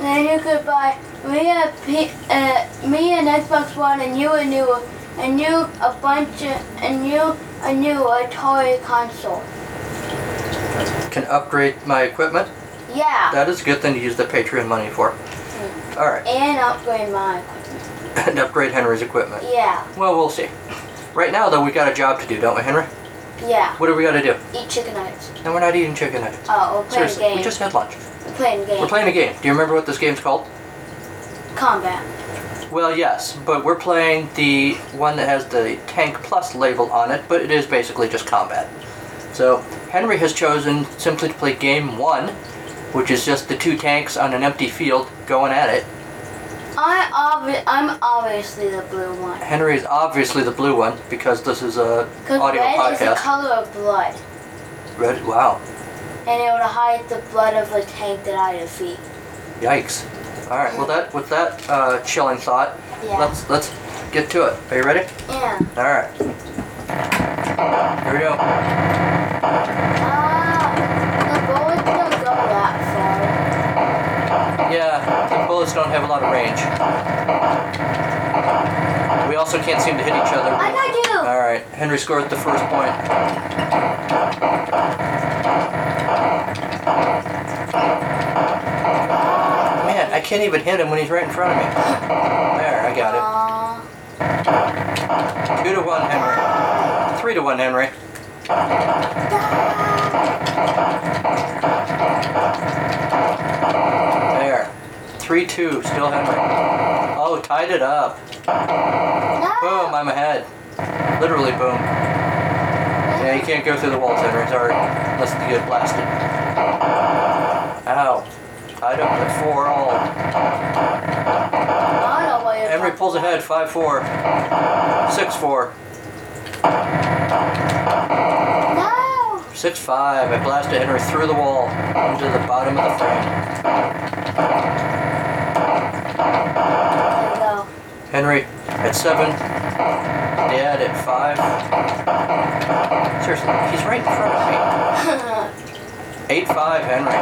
[SPEAKER 5] then you could buy me a P- uh, me an Xbox One and you a new and you a bunch of and you a new Atari console.
[SPEAKER 1] Can upgrade my equipment?
[SPEAKER 5] Yeah,
[SPEAKER 1] That is a good thing to use the Patreon money for.
[SPEAKER 5] Mm.
[SPEAKER 1] All right, [laughs]
[SPEAKER 5] and upgrade my equipment.
[SPEAKER 1] and upgrade Henry's equipment.
[SPEAKER 5] Yeah,
[SPEAKER 1] Well, we'll see. Right now, though, we got a job to do, don't we, Henry?
[SPEAKER 5] yeah.
[SPEAKER 1] What do we got to do?
[SPEAKER 5] Eat chicken nuggets.
[SPEAKER 1] No, we're not eating chicken nuggets.
[SPEAKER 5] Oh, we're playing
[SPEAKER 1] Seriously,
[SPEAKER 5] games.
[SPEAKER 1] we just had lunch.
[SPEAKER 5] We're playing games.
[SPEAKER 1] We're playing a game. Do you remember what this game's called?
[SPEAKER 5] Combat.
[SPEAKER 1] Well, yes, but we're playing the one that has the Tank Plus label on it, but it is basically just combat. So, Henry has chosen simply to play game one, which is just the two tanks on an empty field going at it.
[SPEAKER 5] I obvi- I'm obviously the blue one.
[SPEAKER 1] Henry is obviously the blue one because this is a
[SPEAKER 5] Because
[SPEAKER 1] audio
[SPEAKER 5] red is the
[SPEAKER 1] podcast.
[SPEAKER 5] color of blood.
[SPEAKER 1] Red, wow,
[SPEAKER 5] And it would hide the blood of the tank that I defeat.
[SPEAKER 1] yikes! All right, well that with that uh, chilling thought,
[SPEAKER 5] Yeah.
[SPEAKER 1] let's let's get to it. Are you ready?
[SPEAKER 5] Yeah.
[SPEAKER 1] All right. Here we go.
[SPEAKER 5] Ah, the bullets don't go that
[SPEAKER 1] Yeah, the bullets don't have a lot of range. We also can't seem to hit each other.
[SPEAKER 5] far. I got you!
[SPEAKER 1] All right, Henry scored the first point. Man, I can't even hit him when he's right in front of me. There, I got
[SPEAKER 5] Aw.
[SPEAKER 1] it. Two to one, Henry. Three to one, Henry. There. Three two, still Henry. Oh, tied it up. Boom,
[SPEAKER 5] no!
[SPEAKER 1] I'm ahead. Literally boom. Yeah, you can't go through the walls, Henry. Sorry. Unless you get blasted. Ow. Tied up at 4 all.
[SPEAKER 5] I don't know what you're
[SPEAKER 1] Henry
[SPEAKER 5] talking
[SPEAKER 1] pulls ahead 5 4. 6 4.
[SPEAKER 5] No!
[SPEAKER 1] 6 5. I blasted Henry through the wall into the bottom of the frame. Henry at seven, Dad at five. Seriously, he's right in front [laughs] of me. Eight five, Henry.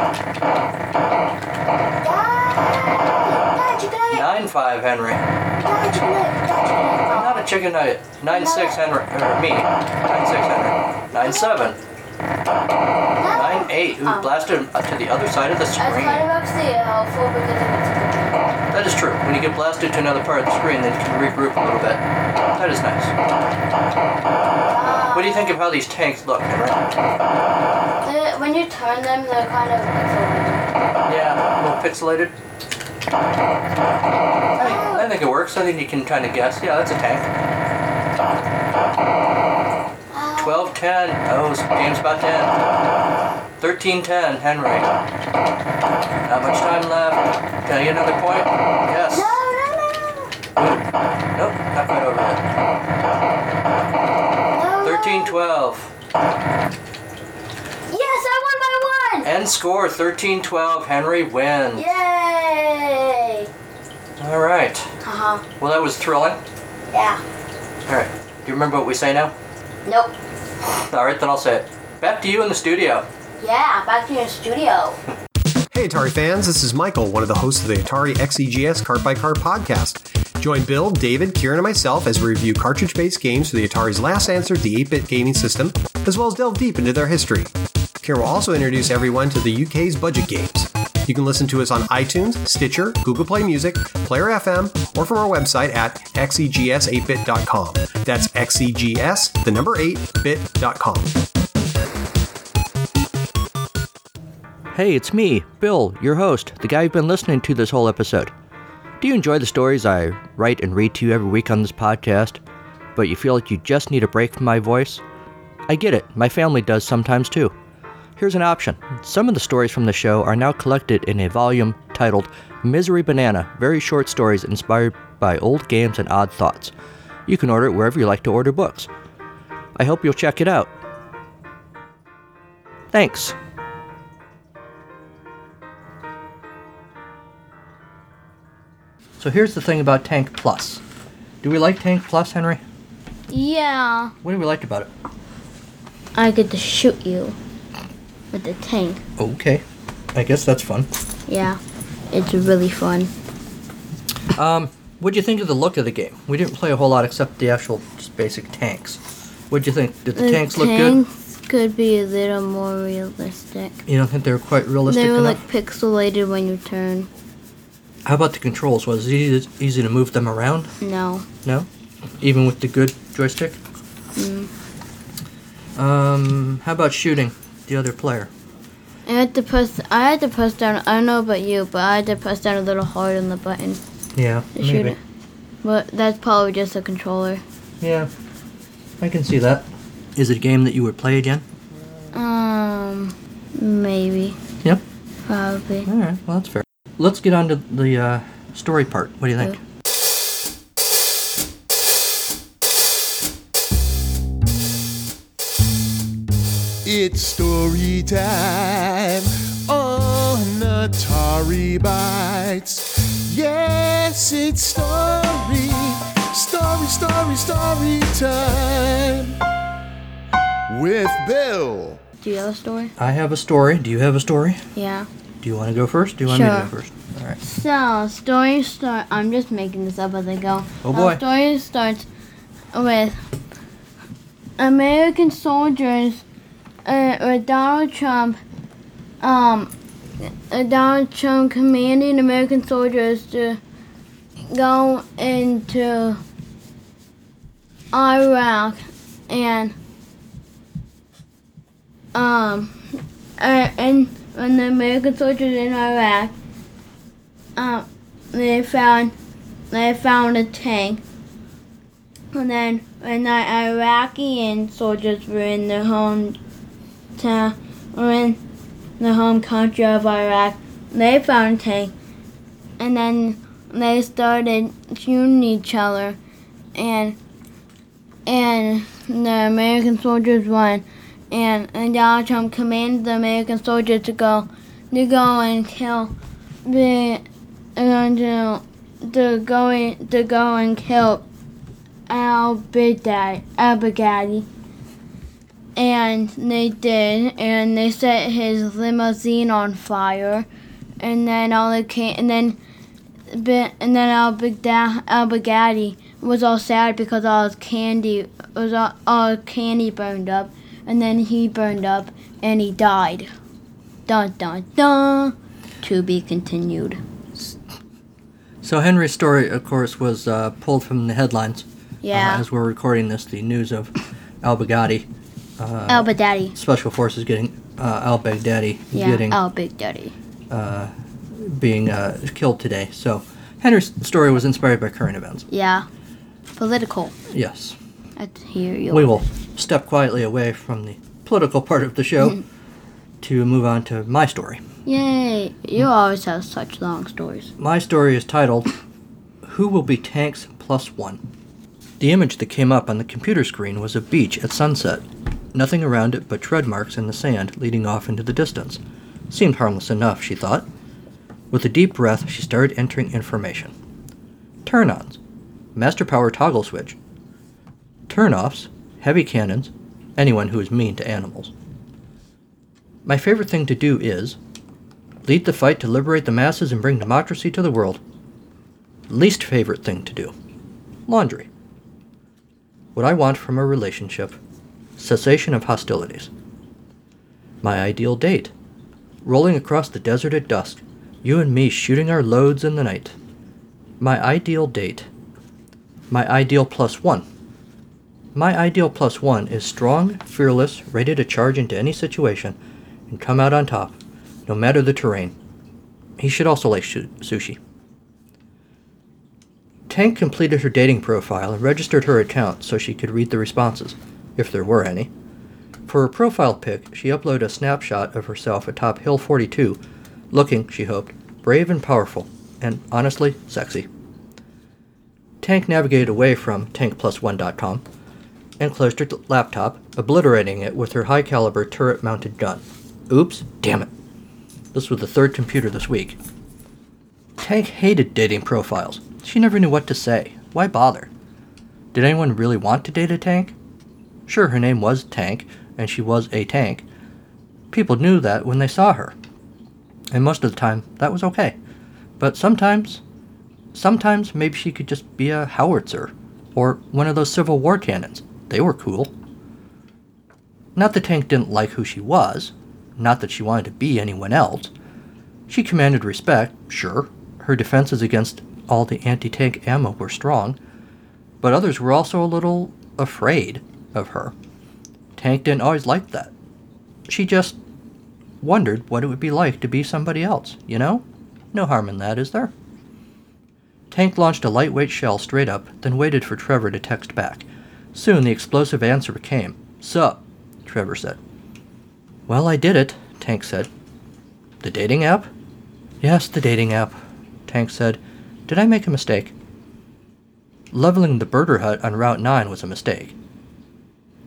[SPEAKER 5] Dad, you got it.
[SPEAKER 1] Nine five, Henry.
[SPEAKER 5] Dad, you got it.
[SPEAKER 1] I'm
[SPEAKER 5] Dad,
[SPEAKER 1] not a chicken nugget. Nine six, Henry. Or me. Nine six, Henry. Nine seven.
[SPEAKER 5] you got it.
[SPEAKER 1] Nine eight. Who blasted him up to the Um. other side of the
[SPEAKER 5] That's
[SPEAKER 1] screen?
[SPEAKER 5] kind of actually helpful because it's
[SPEAKER 1] That is true. When you get blasted to another part of the screen, then you can regroup a little bit. That is nice. What do you think of how these tanks look? Henry?
[SPEAKER 5] They're- when you turn them, they're kind of pixelated.
[SPEAKER 1] Yeah, a little pixelated. I think, I think it works. I think you can kind of guess. Yeah, that's a tank. 12, 10. Oh, so game's about 10. 13, 10, Henry. Not much time left. Can I get another point? Yes.
[SPEAKER 5] No, no,
[SPEAKER 1] Nope, not quite over yet.
[SPEAKER 5] no, no.
[SPEAKER 1] 13, 12.
[SPEAKER 5] Yes, I won by one.
[SPEAKER 1] End score 13 12. Henry wins.
[SPEAKER 5] Yay!
[SPEAKER 1] All right.
[SPEAKER 5] Uh huh.
[SPEAKER 1] Well, that was thrilling.
[SPEAKER 5] Yeah.
[SPEAKER 1] All right. Do you remember what we say now?
[SPEAKER 5] Nope.
[SPEAKER 1] All right, then I'll say it. Back to you in the studio.
[SPEAKER 5] Yeah, back to your studio.
[SPEAKER 6] Hey, Atari fans, this is Michael, one of the hosts of the Atari XEGS Cart by Cart podcast. Join Bill, David, Kieran, and myself as we review cartridge based games for the Atari's last answered, the 8 bit gaming system, as well as delve deep into their history. Kieran will also introduce everyone to the UK's budget games. You can listen to us on iTunes, Stitcher, Google Play Music, Player FM, or from our website at E xegs8bit.com. That's xegs, the number 8bit.com.
[SPEAKER 1] Hey, it's me, Bill, your host, the guy you've been listening to this whole episode. Do you enjoy the stories I write and read to you every week on this podcast, but you feel like you just need a break from my voice? I get it, my family does sometimes too. Here's an option some of the stories from the show are now collected in a volume titled Misery Banana Very Short Stories Inspired by Old Games and Odd Thoughts. You can order it wherever you like to order books. I hope you'll check it out. Thanks. So here's the thing about Tank Plus. Do we like Tank Plus, Henry?
[SPEAKER 2] Yeah.
[SPEAKER 1] What do we like about it?
[SPEAKER 2] I get to shoot you with the tank.
[SPEAKER 1] Okay, I guess that's fun.
[SPEAKER 2] Yeah. It's really fun.
[SPEAKER 1] What do you think of the look of the game? We didn't play a whole lot except the actual just basic tanks. What do you think? Did the,
[SPEAKER 2] Uh,
[SPEAKER 1] tanks look good?
[SPEAKER 2] tanks could be a little more realistic.
[SPEAKER 1] You don't think they were quite realistic
[SPEAKER 2] they were
[SPEAKER 1] enough?
[SPEAKER 2] like pixelated when you turn.
[SPEAKER 1] How about the controls? Was it easy, easy to move them around?
[SPEAKER 2] No.
[SPEAKER 1] No, even with the good joystick.
[SPEAKER 2] Mm.
[SPEAKER 1] Um, how about shooting the other player?
[SPEAKER 2] I had to press. I had to press down. I don't know about you, but I had to press down a little hard on the button to
[SPEAKER 1] Yeah,
[SPEAKER 2] shoot
[SPEAKER 1] maybe.
[SPEAKER 2] it. But that's probably just a controller.
[SPEAKER 1] Yeah, I can see that. Is it a game that you would play again?
[SPEAKER 2] Um, maybe,
[SPEAKER 1] Yep.
[SPEAKER 2] probably.
[SPEAKER 1] All right. Well, that's fair. Let's get on to the uh, story part. What do you think?
[SPEAKER 7] It's story time on Atari Bites. Yes, it's story, story, story, story time with Bill.
[SPEAKER 2] Do you have a story?
[SPEAKER 1] I have a story. Do you have a story?
[SPEAKER 2] Yeah.
[SPEAKER 1] Do you want to go first? Do you want me to go
[SPEAKER 2] Sure.
[SPEAKER 1] first? All right.
[SPEAKER 2] So, story start. I'm just making this up as I go.
[SPEAKER 1] Oh,
[SPEAKER 2] Our
[SPEAKER 1] boy.
[SPEAKER 2] story starts with American soldiers uh, with Donald Trump. Um, uh, Donald Trump commanding American soldiers to go into Iraq and um uh, and when the American soldiers in Iraq um, they found they found a tank. And then when the Iraqi soldiers were in their hometown or in the home country of Iraq, they found a tank. And then they started shooting each other and and the American soldiers won. And, and Donald Trump commanded the American soldiers to go to go and kill the and to the going the going killed Al Big Daddy, Al Big Daddy. And they did, and they set his limousine on fire, and then all it came, and then, bi- and then Al Big Da- Al Big Daddy was all sad because all his candy was all, all his candy burned up, and then he burned up and he died. Dun dun dun. To be continued.
[SPEAKER 1] So Henry's story, of course, was uh, pulled from the headlines. uh,
[SPEAKER 2] Yeah.
[SPEAKER 1] as we're recording this, the news of Al Baghdadi,
[SPEAKER 2] Al Big Oh, Daddy.
[SPEAKER 1] special forces getting uh, Al Baghdadi
[SPEAKER 2] Yeah. Oh.
[SPEAKER 1] getting
[SPEAKER 2] Al Big Daddy.
[SPEAKER 1] being uh, killed today. So Henry's story was inspired by current events.
[SPEAKER 2] Yeah. Political.
[SPEAKER 1] Yes,
[SPEAKER 2] I hear you.
[SPEAKER 1] we will step quietly away from the political part of the show
[SPEAKER 2] Mm-hmm.
[SPEAKER 1] to move on to my story.
[SPEAKER 2] Yay! You always have such long stories.
[SPEAKER 1] My story is titled Who Will Be Tanks Plus One? The image that came up on the computer screen was a beach at sunset. Nothing around it but tread marks in the sand leading off into the distance. Seemed harmless enough, she thought. With a deep breath, she started entering information. Turn ons Master Power Toggle Switch. Turn offs Heavy Cannons. Anyone who is mean to animals. My favorite thing to do is Lead the fight to liberate the masses and bring democracy to the world. Least favorite thing to do laundry. What I want from a relationship cessation of hostilities. My ideal date rolling across the desert at dusk, you and me shooting our loads in the night. My ideal date. My ideal plus one. My ideal plus one is strong, fearless, ready to charge into any situation and come out on top, no matter the terrain. He should also like shu- sushi. Tank completed her dating profile and registered her account so she could read the responses, if there were any. For her profile pic, she uploaded a snapshot of herself atop Hill 42, looking, she hoped, brave and powerful, and honestly, sexy. Tank navigated away from tankplus1.com and closed her t- laptop, obliterating it with her high caliber turret mounted gun. Oops, damn it. This was the third computer this week. Tank hated dating profiles. She never knew what to say. Why bother? Did anyone really want to date a tank? Sure, her name was Tank, and she was a tank. People knew that when they saw her. And most of the time, that was okay. But sometimes, sometimes maybe she could just be a howitzer or one of those Civil War cannons. They were cool. Not that Tank didn't like who she was, not that she wanted to be anyone else. She commanded respect, sure. Her defenses against all the anti tank ammo were strong, but others were also a little afraid of her. Tank didn't always like that. She just wondered what it would be like to be somebody else, you know? No harm in that, is there? Tank launched a lightweight shell straight up, then waited for Trevor to text back. Soon the explosive answer came. Sup, Trevor said. Well, I did it, Tank said. The dating app? Yes, the dating app, Tank said. Did I make a mistake? Leveling the birder hut on Route 9 was a mistake.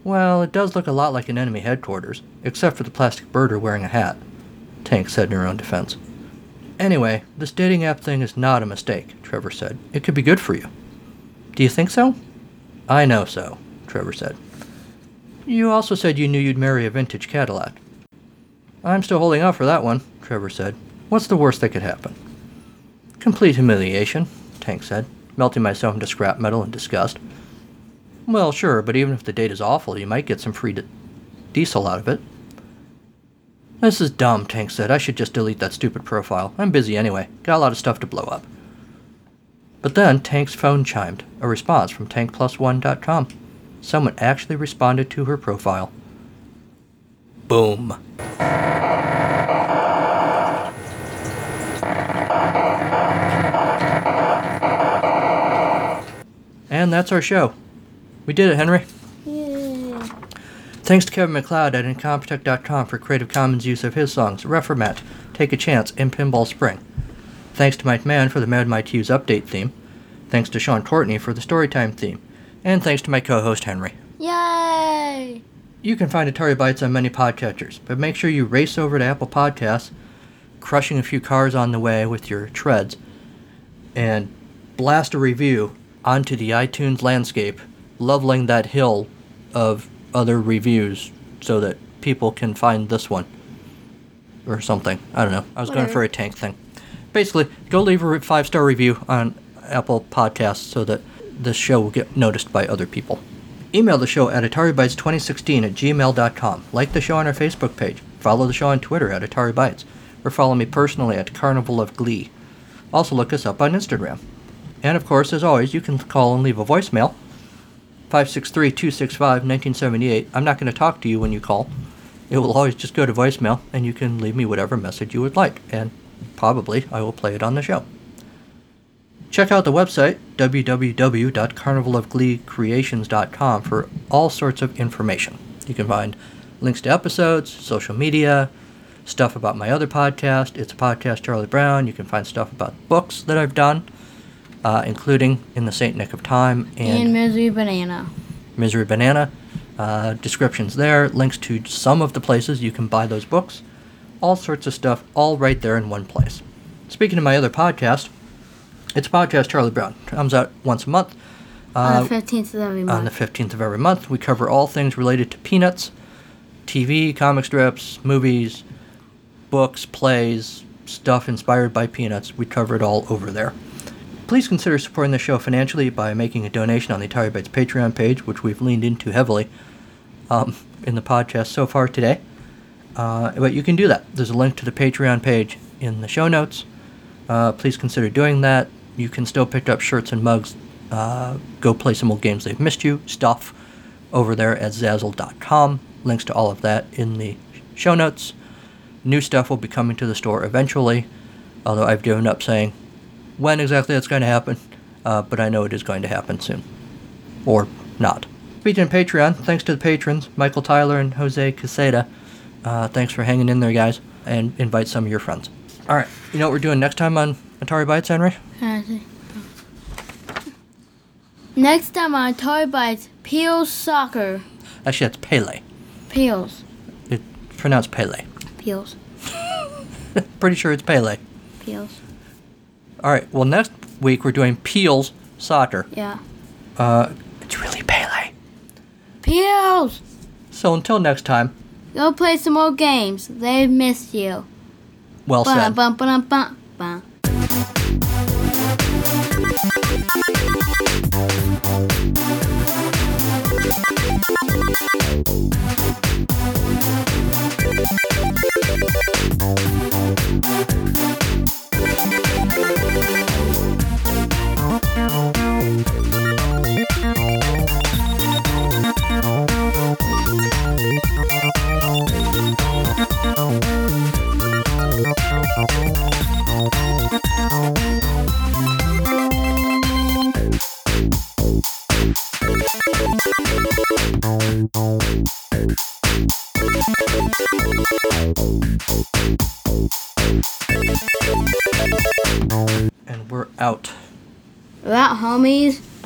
[SPEAKER 1] Well, it does look a lot like an enemy headquarters, except for the plastic birder wearing a hat, Tank said in her own defense. Anyway, this dating app thing is not a mistake, Trevor said. It could be good for you. Do you think so? I know so, Trevor said. You also said you knew you'd marry a vintage Cadillac. I'm still holding out for that one, Trevor said. What's the worst that could happen? Complete humiliation, Tank said, melting myself into scrap metal in disgust. Well, sure, but even if the date is awful, you might get some free di- diesel out of it. This is dumb, Tank said. I should just delete that stupid profile. I'm busy anyway. Got a lot of stuff to blow up. But then Tank's phone chimed, a response from tankplus1.com. Someone actually responded to her profile. Boom. And that's our show. We did it, Henry. Thanks to Kevin McLeod at Incompetech.com for Creative Commons use of his songs Reformat, Take a Chance, and Pinball Spring. Thanks to Mike Mann for the Mad Mike Hughes update theme. Thanks to Sean Courtney for the Storytime theme. And thanks to my co host Henry.
[SPEAKER 2] Yay!
[SPEAKER 1] You can find Atari Bytes on many podcatchers, but make sure you race over to Apple Podcasts, crushing a few cars on the way with your treads, and blast a review onto the iTunes landscape, leveling that hill of other reviews so that people can find this one or something. I don't know. I was going
[SPEAKER 2] Whatever.
[SPEAKER 1] for a tank thing. Basically, go leave a five star review on Apple Podcasts so that this show will get noticed by other people. Email the show at AtariBytes2016 at gmail.com. Like the show on our Facebook page. Follow the show on Twitter at AtariBytes. Or follow me personally at Carnival of Glee. Also, look us up on Instagram. And of course, as always, you can call and leave a voicemail 563 265 1978. I'm not going to talk to you when you call. It will always just go to voicemail, and you can leave me whatever message you would like, and probably I will play it on the show. Check out the website, www.carnivalofgleecreations.com, for all sorts of information. You can find links to episodes, social media, stuff about my other podcast, It's a Podcast Charlie Brown. You can find stuff about books that I've done, uh, including In the Saint Nick of Time
[SPEAKER 2] And, Misery Banana.
[SPEAKER 1] Misery Banana. Uh, descriptions there, links to some of the places you can buy those books, all sorts of stuff, all right there in one place. Speaking of my other podcast, it's a podcast Charlie Brown. Comes out once a month Uh,
[SPEAKER 2] on the 15th of every
[SPEAKER 1] on
[SPEAKER 2] month.
[SPEAKER 1] the 15th of every month. We cover all things related to peanuts, TV, comic strips, movies, books, plays, stuff inspired by peanuts. We cover it all over there. Please consider supporting the show financially by making a donation on the Atari Bytes Patreon page, which we've leaned into heavily um, in the podcast so far today. Uh, but you can do that. There's a link to the Patreon page in the show notes. Uh, please consider doing that. You can still pick up shirts and mugs. Uh, go play some old games they've missed you stuff over there at Zazzle.com. Links to all of that in the show notes. New stuff will be coming to the store eventually, although I've given up saying when exactly that's going to happen, uh, but I know it is going to happen soon. Or not. Speaking of Patreon, thanks to the patrons, Michael Tyler and Jose Caseta. Uh, thanks for hanging in there, guys, and invite some of your friends. All right, you know what we're doing next time on Atari Bytes, Henry?
[SPEAKER 2] Can I see? Next time on Toy Bites, Peels Soccer.
[SPEAKER 1] Actually, that's Pele.
[SPEAKER 2] Peels.
[SPEAKER 1] It's pronounced Pele.
[SPEAKER 2] Peels.
[SPEAKER 1] Pretty sure it's Pele.
[SPEAKER 2] Peels.
[SPEAKER 1] All right, well, next week we're doing Peel's Soccer.
[SPEAKER 2] Yeah.
[SPEAKER 1] Uh, it's really Pele.
[SPEAKER 2] Peels!
[SPEAKER 1] So until next time,
[SPEAKER 2] Go play some more games. They've missed you.
[SPEAKER 1] well
[SPEAKER 2] Bum,
[SPEAKER 1] said.
[SPEAKER 2] bum, bum, bum, bum.
[SPEAKER 1] And we're out.
[SPEAKER 2] Right, homies.